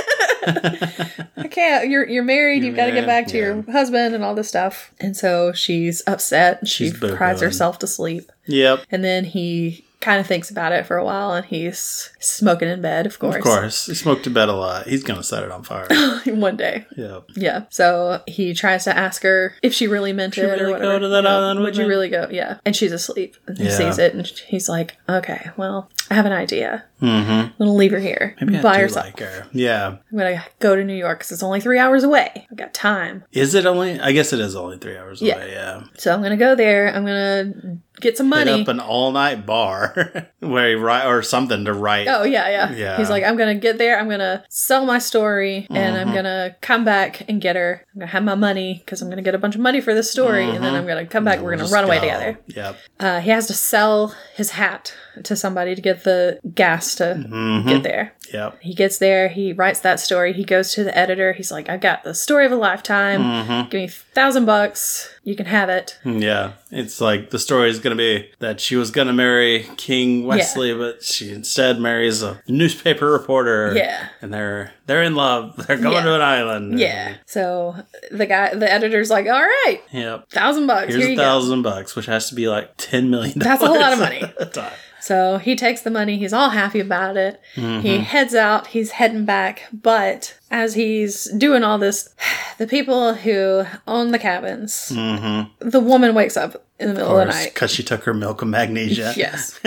Speaker 2: I can't. You're you're married. You've got to get
Speaker 1: married,
Speaker 2: back to
Speaker 1: yeah.
Speaker 2: your husband and all this stuff." And so she's upset. She
Speaker 1: She's boo-hooing.
Speaker 2: cries herself to sleep.
Speaker 1: Yep.
Speaker 2: And then he kind of thinks about it for a while, and he's smoking in bed, of course.
Speaker 1: Of course. He smoked to bed a lot. He's going to set it on fire.
Speaker 2: One day,
Speaker 1: yep.
Speaker 2: yeah. So he tries to ask her if she really meant
Speaker 1: Should
Speaker 2: it
Speaker 1: we
Speaker 2: or
Speaker 1: really
Speaker 2: whatever.
Speaker 1: go to that
Speaker 2: Yeah.
Speaker 1: island
Speaker 2: Would
Speaker 1: with
Speaker 2: you
Speaker 1: me?
Speaker 2: really go? Yeah. And she's asleep. And he
Speaker 1: Yeah.
Speaker 2: sees it, and he's like, "Okay, well, I have an idea.
Speaker 1: Mm-hmm.
Speaker 2: I'm gonna leave her here
Speaker 1: Maybe I
Speaker 2: by
Speaker 1: do
Speaker 2: herself."
Speaker 1: like her. Yeah.
Speaker 2: I'm gonna go to New York because it's only three hours away. I've got time.
Speaker 1: Is it only? I guess it is only three hours
Speaker 2: Yeah.
Speaker 1: away. Yeah.
Speaker 2: So I'm gonna go there. I'm gonna get some
Speaker 1: Hit
Speaker 2: money.
Speaker 1: up an all night bar where he write or something to write.
Speaker 2: oh, yeah, yeah,
Speaker 1: Yeah.
Speaker 2: He's like, I'm gonna get there. I'm gonna sell my story and
Speaker 1: Mm-hmm.
Speaker 2: I'm gonna come back and get her. I'm gonna have my money because I'm gonna get a bunch of money for this story and then I'm gonna come back. We're gonna
Speaker 1: Mm-hmm. Just
Speaker 2: run away
Speaker 1: go.
Speaker 2: together.
Speaker 1: Yep.
Speaker 2: Uh, he has to sell his hat to somebody to get the gas to
Speaker 1: Mm-hmm.
Speaker 2: get there.
Speaker 1: Yep.
Speaker 2: He gets there, he writes that story, he goes to the editor, he's like, I've got the story of a lifetime.
Speaker 1: Mm-hmm.
Speaker 2: Give me thousand bucks, you can have it.
Speaker 1: Yeah. It's like the story is going to be that she was going to marry King Wesley, but she instead marries a newspaper reporter.
Speaker 2: Yeah.
Speaker 1: And they're they're in love. They're going
Speaker 2: Yeah.
Speaker 1: to an island.
Speaker 2: Yeah. So the guy the editor's like, All right,
Speaker 1: Yep.
Speaker 2: thousand bucks,
Speaker 1: Here's
Speaker 2: here
Speaker 1: a
Speaker 2: you go.
Speaker 1: thousand bucks, which has to be like ten million.
Speaker 2: That's a lot of money.
Speaker 1: at the time.
Speaker 2: So he takes the money, he's all happy about it.
Speaker 1: Mm-hmm.
Speaker 2: He heads out, he's heading back, but as he's doing all this, the people who own the cabins,
Speaker 1: Mm-hmm.
Speaker 2: the woman wakes up in the middle of, the night.
Speaker 1: Because she took her milk and magnesia.
Speaker 2: Yes.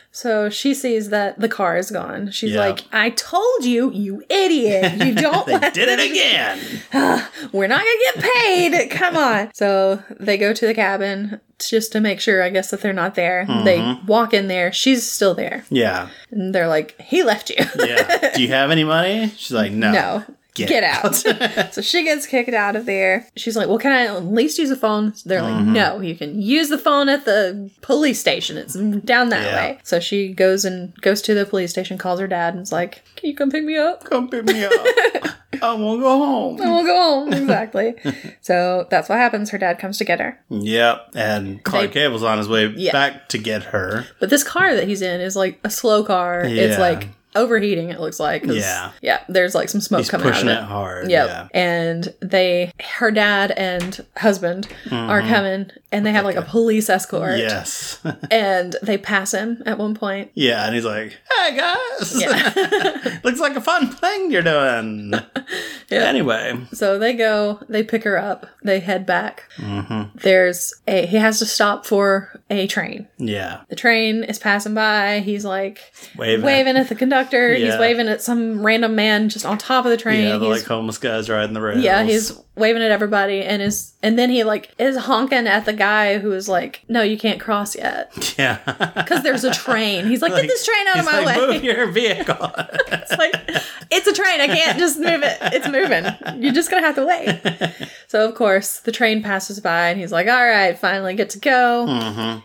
Speaker 2: so she sees that the car is gone. She's
Speaker 1: Yeah.
Speaker 2: like, I told you, you idiot. You don't
Speaker 1: They
Speaker 2: let
Speaker 1: did
Speaker 2: them-
Speaker 1: it again.
Speaker 2: We're not going to get paid. Come on. So they go to the cabin just to make sure, I guess, that they're not there. They walk in there. She's still there.
Speaker 1: Yeah.
Speaker 2: And they're like, he left you.
Speaker 1: Yeah. Do you have any money? She's like, no.
Speaker 2: no.
Speaker 1: Get
Speaker 2: Get, out. so she gets kicked out of there. She's like, Well, can I at least use the phone? They're like, No, you can use the phone at the police station. It's down that
Speaker 1: Yeah.
Speaker 2: way. So she goes and goes to the police station, calls her dad, and is like, Can you come pick me up?
Speaker 1: Come pick me up. I won't go home.
Speaker 2: And we'll go home. Exactly. so that's what happens. Her dad comes to get her.
Speaker 1: Yep. And Clark
Speaker 2: They-
Speaker 1: Cable's on his way
Speaker 2: Yeah.
Speaker 1: back to get her.
Speaker 2: But this car that he's in is like a slow car. It's
Speaker 1: Yeah.
Speaker 2: like overheating, it looks like. 'cause-
Speaker 1: Yeah.
Speaker 2: Yeah. There's like some smoke
Speaker 1: He's
Speaker 2: coming out of
Speaker 1: pushing
Speaker 2: it.
Speaker 1: it hard.
Speaker 2: Yep.
Speaker 1: Yeah.
Speaker 2: And they, her dad and husband are
Speaker 1: Mm-hmm.
Speaker 2: coming and they have like a police escort.
Speaker 1: Yes.
Speaker 2: And they pass him at one point.
Speaker 1: yeah. And he's like, hey, guys.
Speaker 2: Yeah.
Speaker 1: Looks like a fun thing you're doing. Anyway.
Speaker 2: So they go, they pick her up, they head back.
Speaker 1: Mm-hmm.
Speaker 2: There's a, he has to stop for a train.
Speaker 1: Yeah.
Speaker 2: The train is passing by. He's like
Speaker 1: Waving.
Speaker 2: waving at the conductor. He's
Speaker 1: Yeah.
Speaker 2: waving at some random man just on top of the train.
Speaker 1: Yeah. The
Speaker 2: He's
Speaker 1: like homeless guys riding the rails.
Speaker 2: Yeah, he's waving at everybody and is and then he like is honking at the guy who is like, "No, you can't cross yet
Speaker 1: Yeah.
Speaker 2: because there's a train." He's like, "Get this train out of
Speaker 1: He's
Speaker 2: my
Speaker 1: like,
Speaker 2: way."
Speaker 1: move your vehicle.
Speaker 2: It's like, "It's a train. I can't just move it. It's moving. You're just going to have to wait." So, of course, the train passes by and he's like, "All right, finally get to go."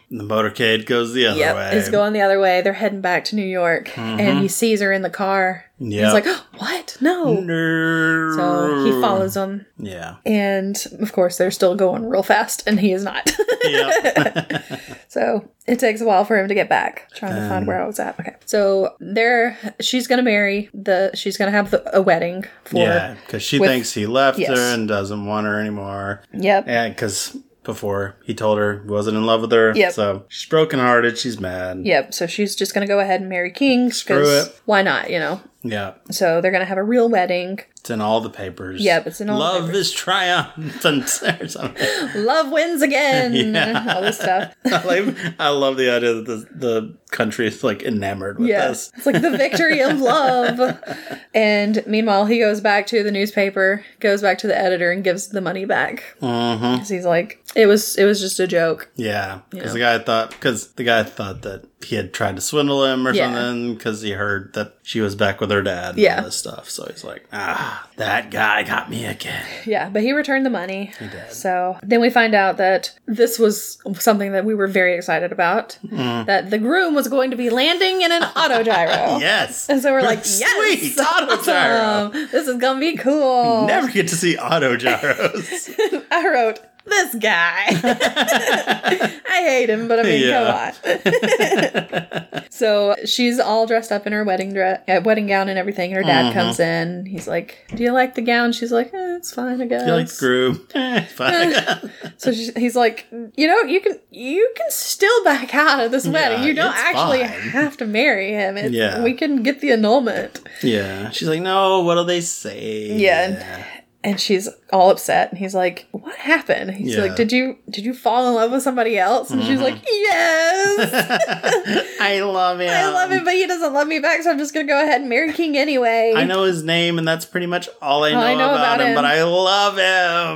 Speaker 1: the motorcade goes the other
Speaker 2: Yep,
Speaker 1: way.
Speaker 2: he's going the other way. They're heading back to New York
Speaker 1: Mm-hmm.
Speaker 2: and he sees her in the car.
Speaker 1: Yeah.
Speaker 2: He's like, oh, "What? No."
Speaker 1: no.
Speaker 2: So, he follows them.
Speaker 1: Yeah.
Speaker 2: And of course, they're still going real fast, and he is not.
Speaker 1: Yeah.
Speaker 2: So it takes a while for him to get back. Trying to
Speaker 1: Um,
Speaker 2: find where I was at. Okay. So there, she's gonna marry the. She's gonna have the, a wedding for.
Speaker 1: yeah. Because she
Speaker 2: with-
Speaker 1: thinks he left
Speaker 2: Yes.
Speaker 1: her and doesn't want her anymore.
Speaker 2: Yep.
Speaker 1: And because before he told her he wasn't in love with her.
Speaker 2: Yep.
Speaker 1: So she's brokenhearted. She's mad.
Speaker 2: Yep. So she's just gonna go ahead and marry King.
Speaker 1: Screw it.
Speaker 2: Why not? You know.
Speaker 1: Yeah.
Speaker 2: So they're gonna have a real wedding.
Speaker 1: It's in all the papers.
Speaker 2: Yep, it's in all the
Speaker 1: Love is triumphant or something.
Speaker 2: Love wins again.
Speaker 1: Yeah.
Speaker 2: All this stuff.
Speaker 1: I, like, I love the idea that the, the country is like enamored with
Speaker 2: Yes.
Speaker 1: us.
Speaker 2: It's like the victory of love. And meanwhile, he goes back to the newspaper, goes back to the editor, and gives the money back.
Speaker 1: Mm-hmm.
Speaker 2: 'Cause he's like, it was it was just a joke.
Speaker 1: Yeah, because
Speaker 2: Yeah.
Speaker 1: the guy thought because the guy thought that he had tried to swindle him or
Speaker 2: Yeah.
Speaker 1: something because he heard that she was back with her dad. And
Speaker 2: Yeah.
Speaker 1: all this stuff. So he's like, ah, that guy got me again.
Speaker 2: Yeah, but he returned the money. He
Speaker 1: did.
Speaker 2: So then we find out that this was something that we were very excited about.
Speaker 1: Mm.
Speaker 2: That the groom was going to be landing in an autogyro.
Speaker 1: Yes.
Speaker 2: Oh. And so we're like, yes,
Speaker 1: sweet autogyro.
Speaker 2: awesome. This is gonna be cool.
Speaker 1: Never get to see autogyros.
Speaker 2: I wrote this guy. I hate him, but I mean,
Speaker 1: Yeah.
Speaker 2: come on. so she's all dressed up in her wedding dress, uh, wedding gown, and everything. And her
Speaker 1: Mm-hmm.
Speaker 2: dad comes in. He's like, "Do you like the gown?" She's like, eh, "It's fine, I guess."
Speaker 1: You're like groom. Eh, it's fine.
Speaker 2: so she's, he's like, "You know, you can you can still back out of this wedding. you don't
Speaker 1: it's
Speaker 2: actually
Speaker 1: fine."
Speaker 2: have to marry him. It's,
Speaker 1: Yeah.
Speaker 2: we can get the annulment."
Speaker 1: yeah. She's like, no. What'll they say?
Speaker 2: Yeah, and- and she's all upset and he's like what happened he's
Speaker 1: Yeah. Mm-hmm.
Speaker 2: like did you did you fall in love with somebody else and she's like yes
Speaker 1: I love him.
Speaker 2: i love him but he doesn't love me back so i'm just gonna go ahead and marry king anyway
Speaker 1: I know his name, and that's pretty much all I know,
Speaker 2: I know
Speaker 1: about,
Speaker 2: about
Speaker 1: him,
Speaker 2: him.
Speaker 1: But I love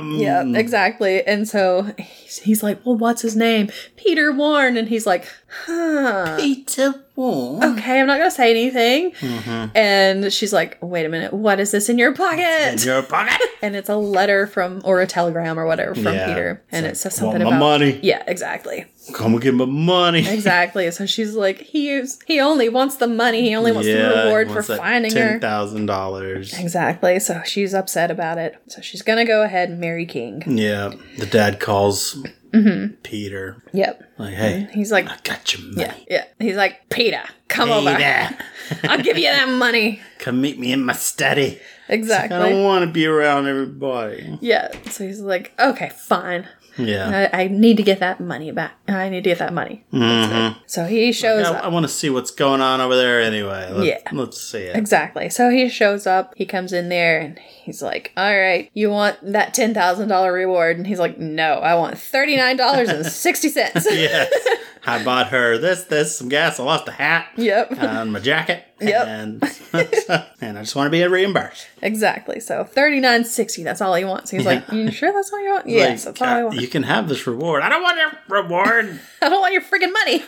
Speaker 1: him.
Speaker 2: yeah exactly and so he's, he's like well what's his name peter warren and he's like huh
Speaker 1: Peter Wong.
Speaker 2: okay i'm not gonna say anything
Speaker 1: Mhm.
Speaker 2: and she's like wait a minute what is this in your
Speaker 1: In
Speaker 2: pocket
Speaker 1: your pocket.
Speaker 2: and it's a letter from or a telegram or whatever from
Speaker 1: Yeah.
Speaker 2: peter and it says something
Speaker 1: Want my
Speaker 2: about
Speaker 1: money.
Speaker 2: yeah exactly
Speaker 1: Come get my money.
Speaker 2: Exactly. So she's like, he is, he only wants the money. He only wants the reward for finding
Speaker 1: ten
Speaker 2: her.
Speaker 1: thousand dollars.
Speaker 2: Exactly. So she's upset about it. So she's gonna go ahead and marry King.
Speaker 1: Yeah. The dad calls Mm-hmm. Peter.
Speaker 2: Yep.
Speaker 1: Like, hey,
Speaker 2: He's like,
Speaker 1: I got your money.
Speaker 2: yeah, yeah. He's like, Peter, come over.
Speaker 1: Peter,
Speaker 2: I'll give you that money.
Speaker 1: come meet me in my study.
Speaker 2: Exactly.
Speaker 1: I don't want to be around everybody.
Speaker 2: yeah. So he's like, okay, fine.
Speaker 1: Yeah.
Speaker 2: I, I need to get that money back. I need to get that money.
Speaker 1: Mhm.
Speaker 2: So he shows
Speaker 1: Yeah,
Speaker 2: up.
Speaker 1: I want to see what's going on over there anyway. Let's,
Speaker 2: Yeah.
Speaker 1: Let's see it.
Speaker 2: Exactly. So he shows up, he comes in there and he's like, All right, you want that ten thousand dollar reward? And he's like, No, I want thirty nine dollars and sixty cents.
Speaker 1: yes. I bought her this, this, some gas. I lost a hat
Speaker 2: Yep.
Speaker 1: and my jacket.
Speaker 2: Yep.
Speaker 1: And, and I just want to be reimbursed.
Speaker 2: exactly. So thirty nine sixty, that's all he wants. He's like, You sure that's all you want? Yes,
Speaker 1: Like,
Speaker 2: that's all I
Speaker 1: uh,
Speaker 2: want.
Speaker 1: You can have this reward. I don't want your reward.
Speaker 2: I don't want your freaking money.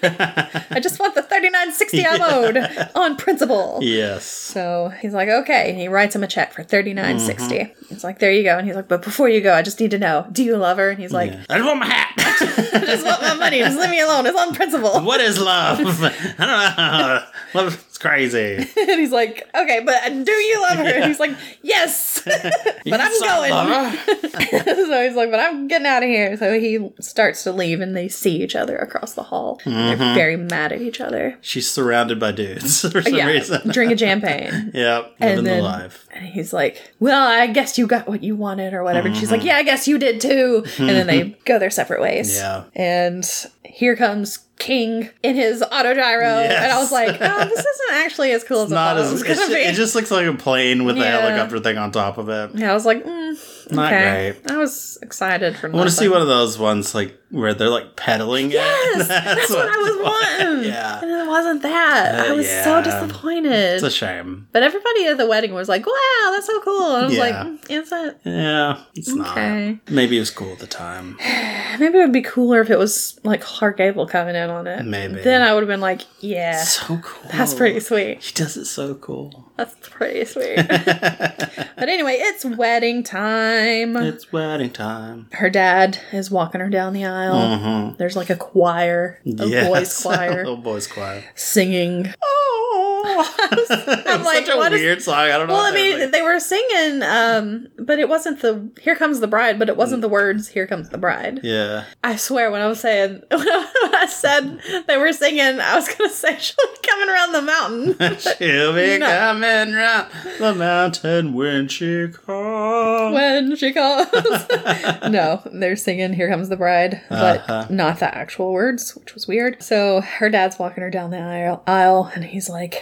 Speaker 2: I just want the thirty nine sixty I owed on principle.
Speaker 1: yes.
Speaker 2: So he's like, okay, and he writes him a check for thirty nine sixty.
Speaker 1: Mm-hmm.
Speaker 2: He's like, there you go, and he's like, but before you go, I just need to know, do you love her? And he's like,
Speaker 1: Yeah. I just want my hat.
Speaker 2: I just want my money. Just leave me alone. It's on principle.
Speaker 1: what is love? I don't know. Love is crazy.
Speaker 2: And he's like, okay, but do you love her? And he's like, yes. but I'm going. so he's like, but I'm getting out of here. So he starts to leave and they see each other across the hall.
Speaker 1: Mm-hmm.
Speaker 2: They're very mad at each other.
Speaker 1: She's surrounded by dudes for some
Speaker 2: yeah.
Speaker 1: reason.
Speaker 2: Drink a champagne.
Speaker 1: Yep. Living
Speaker 2: then-
Speaker 1: the life.
Speaker 2: And he's like, well, I guess you got what you wanted or whatever. And she's
Speaker 1: Mm-hmm.
Speaker 2: like, yeah, I guess you did too. And then they go their separate ways.
Speaker 1: Yeah.
Speaker 2: And here comes King in his autogyro.
Speaker 1: Yes.
Speaker 2: And I was like, oh, this isn't actually as cool as I
Speaker 1: Not
Speaker 2: thought
Speaker 1: as
Speaker 2: it was
Speaker 1: it's
Speaker 2: going to
Speaker 1: ju-
Speaker 2: be.
Speaker 1: it just looks like a plane with a
Speaker 2: Yeah.
Speaker 1: helicopter thing on top of it.
Speaker 2: Yeah, I was like, mm,
Speaker 1: Not
Speaker 2: okay.
Speaker 1: great.
Speaker 2: I was excited for.
Speaker 1: I want to see one of those ones like where they're like pedaling. it.
Speaker 2: Yes, that's, what, I was wanting.
Speaker 1: Yeah.
Speaker 2: and it wasn't that.
Speaker 1: Uh,
Speaker 2: I was
Speaker 1: yeah.
Speaker 2: so disappointed.
Speaker 1: It's a shame.
Speaker 2: but everybody at the wedding was like, "Wow, that's so cool!" And I was
Speaker 1: Yeah. Uh,
Speaker 2: like, mm, "Is it?
Speaker 1: Yeah, it's
Speaker 2: Okay.
Speaker 1: not. Maybe it was cool at the time.
Speaker 2: Maybe it would be cooler if it was like Clark Gable coming in on it.
Speaker 1: Maybe.
Speaker 2: then I would have been like, "Yeah,
Speaker 1: So cool.
Speaker 2: that's pretty sweet.
Speaker 1: He does it so cool.
Speaker 2: That's pretty sweet." but anyway, it's wedding time.
Speaker 1: It's wedding time. Uh-huh.
Speaker 2: her dad is walking her down the aisle. There's like a choir, a
Speaker 1: Mm. Yes.
Speaker 2: boys choir.
Speaker 1: Little boys choir.
Speaker 2: singing.
Speaker 1: Oh,
Speaker 2: I'm like,
Speaker 1: such a
Speaker 2: what is-
Speaker 1: weird song. I don't know.
Speaker 2: Well,
Speaker 1: what
Speaker 2: I
Speaker 1: they're
Speaker 2: mean,
Speaker 1: like-
Speaker 2: they were singing, um, but it wasn't the "Here Comes the Bride," but it wasn't the words "Here Comes the Bride."
Speaker 1: yeah.
Speaker 2: I swear, when I was saying, when I said they were singing, I was gonna say she'll be coming around the mountain.
Speaker 1: She'll be
Speaker 2: No.
Speaker 1: coming round the mountain when she comes.
Speaker 2: When she calls, no, they're singing "Here Comes the Bride," but
Speaker 1: Uh-huh.
Speaker 2: not the actual words, which was weird. So her dad's walking her down the aisle, aisle and he's like,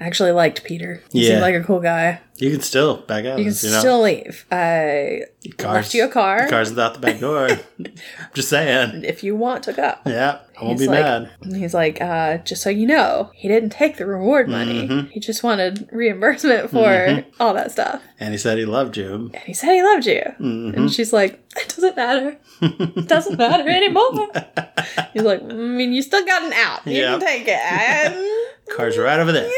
Speaker 2: "I "Actually, liked Peter. He
Speaker 1: Yeah.
Speaker 2: seemed like a cool guy."
Speaker 1: You can still back out.
Speaker 2: You can
Speaker 1: know?
Speaker 2: still leave. I
Speaker 1: Cars-
Speaker 2: left you a car.
Speaker 1: Cars without the back door. I'm just saying.
Speaker 2: if you want to go.
Speaker 1: Yeah, I won't
Speaker 2: He's
Speaker 1: be
Speaker 2: like-
Speaker 1: mad.
Speaker 2: And he's like, uh, just so you know, he didn't take the reward money.
Speaker 1: Mm-hmm.
Speaker 2: He just wanted reimbursement for all that stuff.
Speaker 1: And he said he loved you.
Speaker 2: And he said he loved you.
Speaker 1: Mhm.
Speaker 2: And she's like, it doesn't matter. It doesn't matter anymore. he's like, I mean, you still got an out. You
Speaker 1: Yep.
Speaker 2: can take it. And-
Speaker 1: Car's right over there.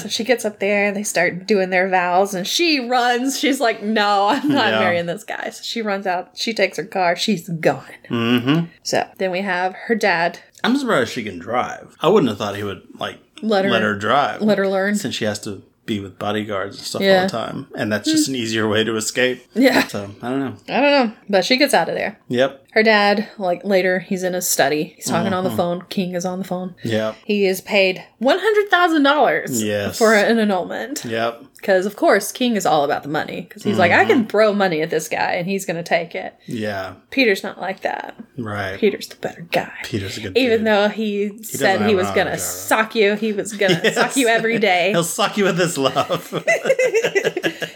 Speaker 2: so she gets up there and they start doing their vows and she runs. She's like, no, I'm not
Speaker 1: Yeah.
Speaker 2: marrying this guy. So she runs out. She takes her car. She's gone.
Speaker 1: mm-hmm.
Speaker 2: So then we have her dad
Speaker 1: I'm surprised she can drive. I wouldn't have thought he would like
Speaker 2: Let her-
Speaker 1: drive.
Speaker 2: let her learn.
Speaker 1: since she has to be with bodyguards and stuff all
Speaker 2: Yeah. Hmm.
Speaker 1: the time, and that's just an easier way to escape.
Speaker 2: Yeah.
Speaker 1: So I don't know.
Speaker 2: I don't know. But she gets out of there.
Speaker 1: Yep.
Speaker 2: Her dad, like later, he's in his study. He's talking on the
Speaker 1: Mm-hmm.
Speaker 2: phone. King is on the phone.
Speaker 1: Yep.
Speaker 2: He is paid one hundred thousand dollars
Speaker 1: Yes.
Speaker 2: for an annulment
Speaker 1: Yep.
Speaker 2: because, of course, King is all about the money because he's like, I
Speaker 1: Mm-hmm.
Speaker 2: can throw money at this guy and he's going to take it.
Speaker 1: Yeah.
Speaker 2: Peter's not like that.
Speaker 1: Right.
Speaker 2: Peter's the better guy.
Speaker 1: Peter's a good.
Speaker 2: Even
Speaker 1: dude.
Speaker 2: though he, said
Speaker 1: have
Speaker 2: he
Speaker 1: an
Speaker 2: was
Speaker 1: eye
Speaker 2: going
Speaker 1: on
Speaker 2: to
Speaker 1: the guy, right?
Speaker 2: sock you, he was going to
Speaker 1: Yes.
Speaker 2: sock you every day.
Speaker 1: he'll suck you with his love.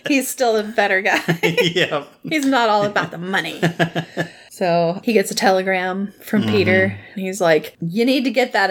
Speaker 2: he's still the better guy.
Speaker 1: yep.
Speaker 2: He's not all about the money. so he gets a telegram from
Speaker 1: Mm-hmm.
Speaker 2: Peter, and he's like, "You need to get that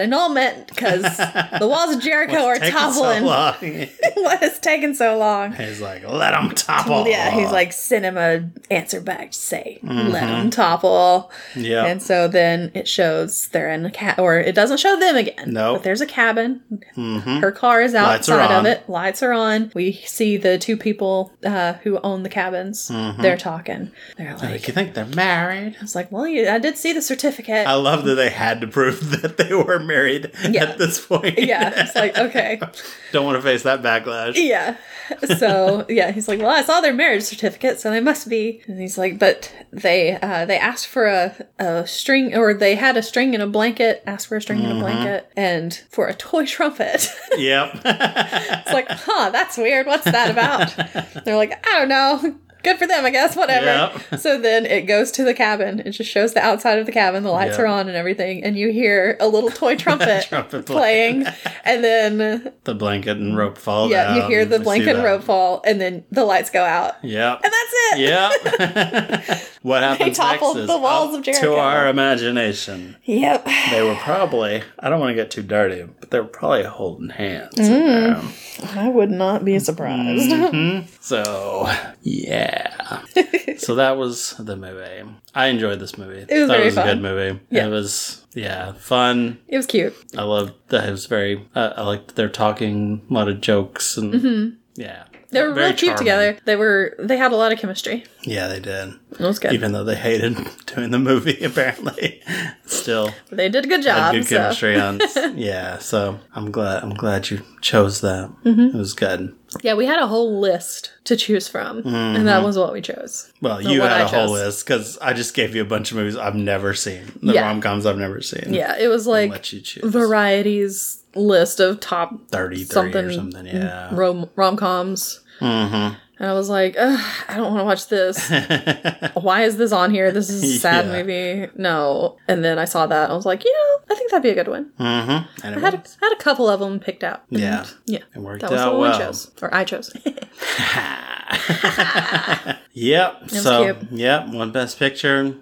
Speaker 2: annulment because the walls of Jericho are
Speaker 1: Taking so
Speaker 2: toppling.
Speaker 1: long.
Speaker 2: what has taken so long?"
Speaker 1: He's like, let him topple.
Speaker 2: Yeah, he's like, "Send him a answer back to say,
Speaker 1: Mm-hmm.
Speaker 2: let him topple."
Speaker 1: yeah.
Speaker 2: And so then it shows they're in a cat, or it doesn't show them again.
Speaker 1: No.
Speaker 2: but there's a cabin.
Speaker 1: Mhm.
Speaker 2: Her car is
Speaker 1: Lights are
Speaker 2: outside of
Speaker 1: on.
Speaker 2: it. Lights are on. We see the two people uh, who own the cabins.
Speaker 1: Mm-hmm.
Speaker 2: They're talking. They're like,
Speaker 1: Like, you think they're married?
Speaker 2: I was like, well, you, I did see the certificate.
Speaker 1: I love that they had to prove that they were married
Speaker 2: Yeah.
Speaker 1: at this point.
Speaker 2: yeah, it's like okay,
Speaker 1: Don't want to face that backlash.
Speaker 2: yeah. So yeah, he's like, well, I saw their marriage certificate, so they must be. And he's like, but they uh, they asked for a, a string, or they had a string and a blanket. Asked for a string and a blanket, and for a toy trumpet.
Speaker 1: Yep.
Speaker 2: it's like, huh, that's weird. What's that about? They're like, I don't know. Good for them, I guess. Whatever. So then it goes to the cabin. It just shows the outside of the cabin. The lights
Speaker 1: Yeah.
Speaker 2: are on and everything, and you hear a little toy trumpet,
Speaker 1: Trumpet
Speaker 2: playing, and then
Speaker 1: the blanket and rope fall
Speaker 2: yeah,
Speaker 1: down.
Speaker 2: you hear
Speaker 1: We
Speaker 2: the
Speaker 1: Um, see
Speaker 2: blanket and
Speaker 1: that.
Speaker 2: rope fall, and then the lights go out, and
Speaker 1: Yep.
Speaker 2: that's it.
Speaker 1: Yep. what happens
Speaker 2: toppled
Speaker 1: next is
Speaker 2: the walls
Speaker 1: up
Speaker 2: of Jericho.
Speaker 1: to our imagination.
Speaker 2: Yep.
Speaker 1: They were probably, I don't want to get too dirty, but they were probably holding hands. in
Speaker 2: Mm.
Speaker 1: there.
Speaker 2: I would not be surprised.
Speaker 1: Mm-hmm. So, yeah. so that was the movie. I enjoyed this movie.
Speaker 2: It was
Speaker 1: that
Speaker 2: very
Speaker 1: was
Speaker 2: fun.
Speaker 1: a good movie.
Speaker 2: Yeah.
Speaker 1: It was, yeah, fun.
Speaker 2: It was cute.
Speaker 1: I loved that. It was very, uh, I liked their talking, a lot of jokes, and yeah.
Speaker 2: Mm-hmm. They were
Speaker 1: Very
Speaker 2: real cute
Speaker 1: charming.
Speaker 2: together. They were. They had a lot of chemistry.
Speaker 1: Yeah, they did.
Speaker 2: It was good.
Speaker 1: Even though they hated doing the movie, apparently, still
Speaker 2: they did a good job.
Speaker 1: good
Speaker 2: so.
Speaker 1: chemistry on. Yeah, so I'm glad. I'm glad you chose that. It
Speaker 2: Mm-hmm.
Speaker 1: was good.
Speaker 2: Yeah, we had a whole list to choose from, and
Speaker 1: Mm-hmm.
Speaker 2: that was what we chose.
Speaker 1: Well, you
Speaker 2: what
Speaker 1: had
Speaker 2: I
Speaker 1: a whole
Speaker 2: chose.
Speaker 1: list because I just gave you a bunch of movies I've never seen, the
Speaker 2: Yeah.
Speaker 1: rom coms I've never seen.
Speaker 2: Yeah, it was like
Speaker 1: let you choose
Speaker 2: varieties list of top
Speaker 1: thirty three or
Speaker 2: something-
Speaker 1: something. Yeah,
Speaker 2: rom rom coms.
Speaker 1: Mm-hmm.
Speaker 2: And I was like, Ugh, I don't want to watch this. Why is this on here? This is a sad
Speaker 1: Yeah.
Speaker 2: movie. No. And then I saw that. I was like, you know, I think that'd be a good one. I
Speaker 1: mm-hmm. and it
Speaker 2: had a,
Speaker 1: worked.
Speaker 2: I had a couple of them picked out. And
Speaker 1: Yeah.
Speaker 2: Yeah.
Speaker 1: It worked
Speaker 2: That was the
Speaker 1: out
Speaker 2: one
Speaker 1: well.
Speaker 2: we chose, or I chose.
Speaker 1: Yep. so,
Speaker 2: cute. Mm-hmm.
Speaker 1: yep. One best picture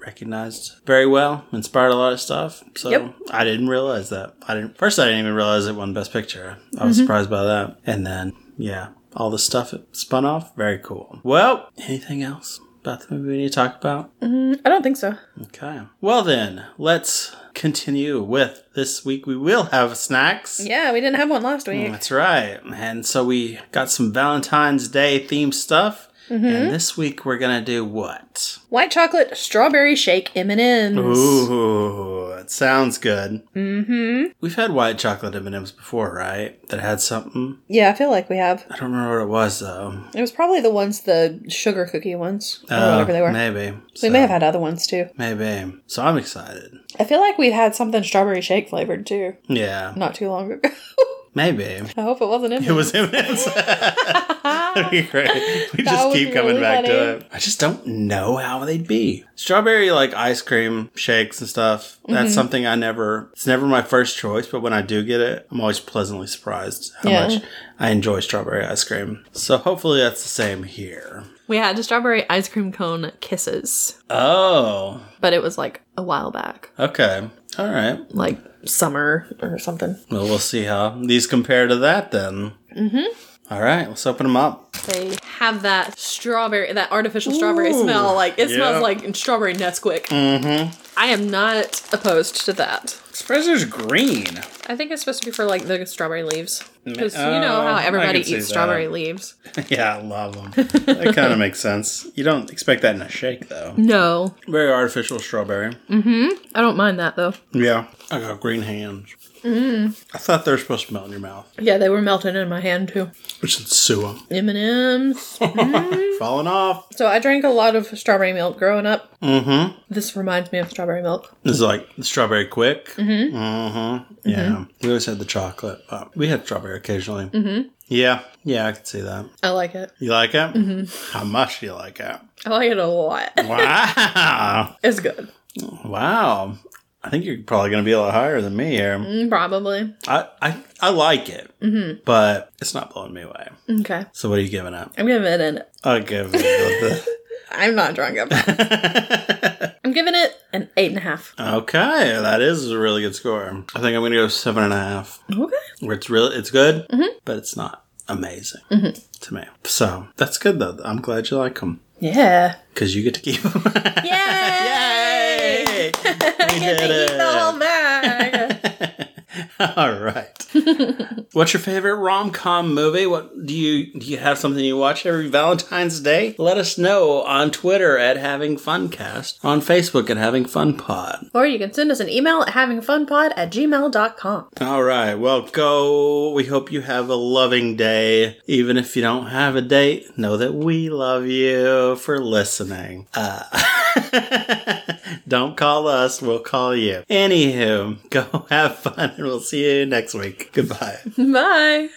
Speaker 1: recognized very well, inspired a lot of stuff. So,
Speaker 2: Yep.
Speaker 1: I didn't realize that. I didn't first. I didn't even realize it won best picture. I
Speaker 2: Mm-hmm.
Speaker 1: was surprised by that. And then, yeah, all the stuff it spun off. Very cool. Well, anything else about the movie we need to talk about?
Speaker 2: I don't think so.
Speaker 1: Okay. Well, then let's continue with this week. We will have snacks.
Speaker 2: Yeah, we didn't have one last week.
Speaker 1: That's right. And so we got some Valentine's Day themed stuff.
Speaker 2: Mm-hmm.
Speaker 1: And this week we're going to do what?
Speaker 2: White chocolate strawberry shake M and M's.
Speaker 1: Ooh, that sounds good. Mm-hmm. We've had white chocolate M&Ms before, right? That had something.
Speaker 2: Yeah, I feel like we have.
Speaker 1: I don't remember what it was, though.
Speaker 2: It was probably the ones, the sugar cookie ones,
Speaker 1: Oh,
Speaker 2: or whatever they were.
Speaker 1: Maybe.
Speaker 2: We may have had other ones too.
Speaker 1: Maybe. So I'm excited.
Speaker 2: I feel like we had something strawberry shake flavored too,
Speaker 1: Yeah.
Speaker 2: not too long ago.
Speaker 1: Maybe.
Speaker 2: I hope it wasn't in.
Speaker 1: It was M&Ms. That'd be great. We
Speaker 2: That
Speaker 1: just
Speaker 2: was
Speaker 1: keep coming
Speaker 2: really
Speaker 1: back
Speaker 2: funny.
Speaker 1: to it. I just don't know how they'd be. Strawberry like ice cream shakes and stuff. That's
Speaker 2: Mm-hmm.
Speaker 1: something I never. It's never my first choice, but when I do get it, I'm always pleasantly surprised how
Speaker 2: Yeah.
Speaker 1: much I enjoy strawberry ice cream. So hopefully that's the same here.
Speaker 2: We had strawberry ice cream cone kisses,
Speaker 1: Oh,
Speaker 2: but it was like a while back,
Speaker 1: okay, all right.
Speaker 2: like summer or something.
Speaker 1: Well, we'll see how these compare to that then. Mm-hmm. All right, let's open them up.
Speaker 2: They have that strawberry, that artificial strawberry smell. Like it
Speaker 1: yeah.
Speaker 2: smells like strawberry Nesquik. Mm-hmm. I am not opposed to that.
Speaker 1: Surprised there's green.
Speaker 2: I think it's supposed to be for like the strawberry leaves because you
Speaker 1: oh,
Speaker 2: know how
Speaker 1: I
Speaker 2: everybody
Speaker 1: can see
Speaker 2: eats
Speaker 1: that.
Speaker 2: strawberry leaves.
Speaker 1: yeah, I love them. that kind of makes sense. You don't expect that in a shake though.
Speaker 2: No,
Speaker 1: Very artificial strawberry.
Speaker 2: I don't mind that though.
Speaker 1: Yeah. I got green hands. I thought they were supposed to melt in your mouth,
Speaker 2: Yeah, they were melting in my hand too.
Speaker 1: which is sewer.
Speaker 2: M and M's.
Speaker 1: Falling off.
Speaker 2: So I drank a lot of strawberry milk growing up. Mm-hmm. This reminds me of strawberry milk.
Speaker 1: It's like strawberry quick. Mm-hmm. Mm-hmm. Yeah. We always had the chocolate, but we had strawberry occasionally. Mm-hmm. Yeah. Yeah, I could see that.
Speaker 2: I like it.
Speaker 1: You like it? Mm-hmm. How much do you like it?
Speaker 2: I like it a lot.
Speaker 1: Wow.
Speaker 2: It's good.
Speaker 1: wow. I think you're probably going to be a lot higher than me here.
Speaker 2: Mm, Probably.
Speaker 1: I, I, I like it, mm-hmm. but it's not blowing me away.
Speaker 2: Okay.
Speaker 1: So what are you giving it?
Speaker 2: I'm giving it an.
Speaker 1: I'll give it
Speaker 2: I'm not drunk. I'm,
Speaker 1: the...
Speaker 2: I'm giving it an eight and a half.
Speaker 1: Okay, that is a really good score. I think I'm gonna go seven and a half.
Speaker 2: Okay.
Speaker 1: Where it's really it's good, but it's not amazing to me. So that's good though. I'm glad you like them
Speaker 2: Yeah.
Speaker 1: because you get to keep them.
Speaker 2: Yay!
Speaker 1: Yay! We did
Speaker 2: Eat the whole
Speaker 1: it.
Speaker 2: bag.
Speaker 1: All right. What's your favorite rom com movie? What do you do? You have something you watch every Valentine's Day? Let us know on Twitter at Having Funcast, on Facebook at Having Fun Pod.
Speaker 2: or you can send us an email at havingfunpod at gmail.com.
Speaker 1: All right. Well, go. We hope you have a loving day. Even if you don't have a date, know that we love you for listening. Uh, don't call us. We'll call you. Anywho, go have fun and we'll see you next week. Goodbye.
Speaker 2: Bye.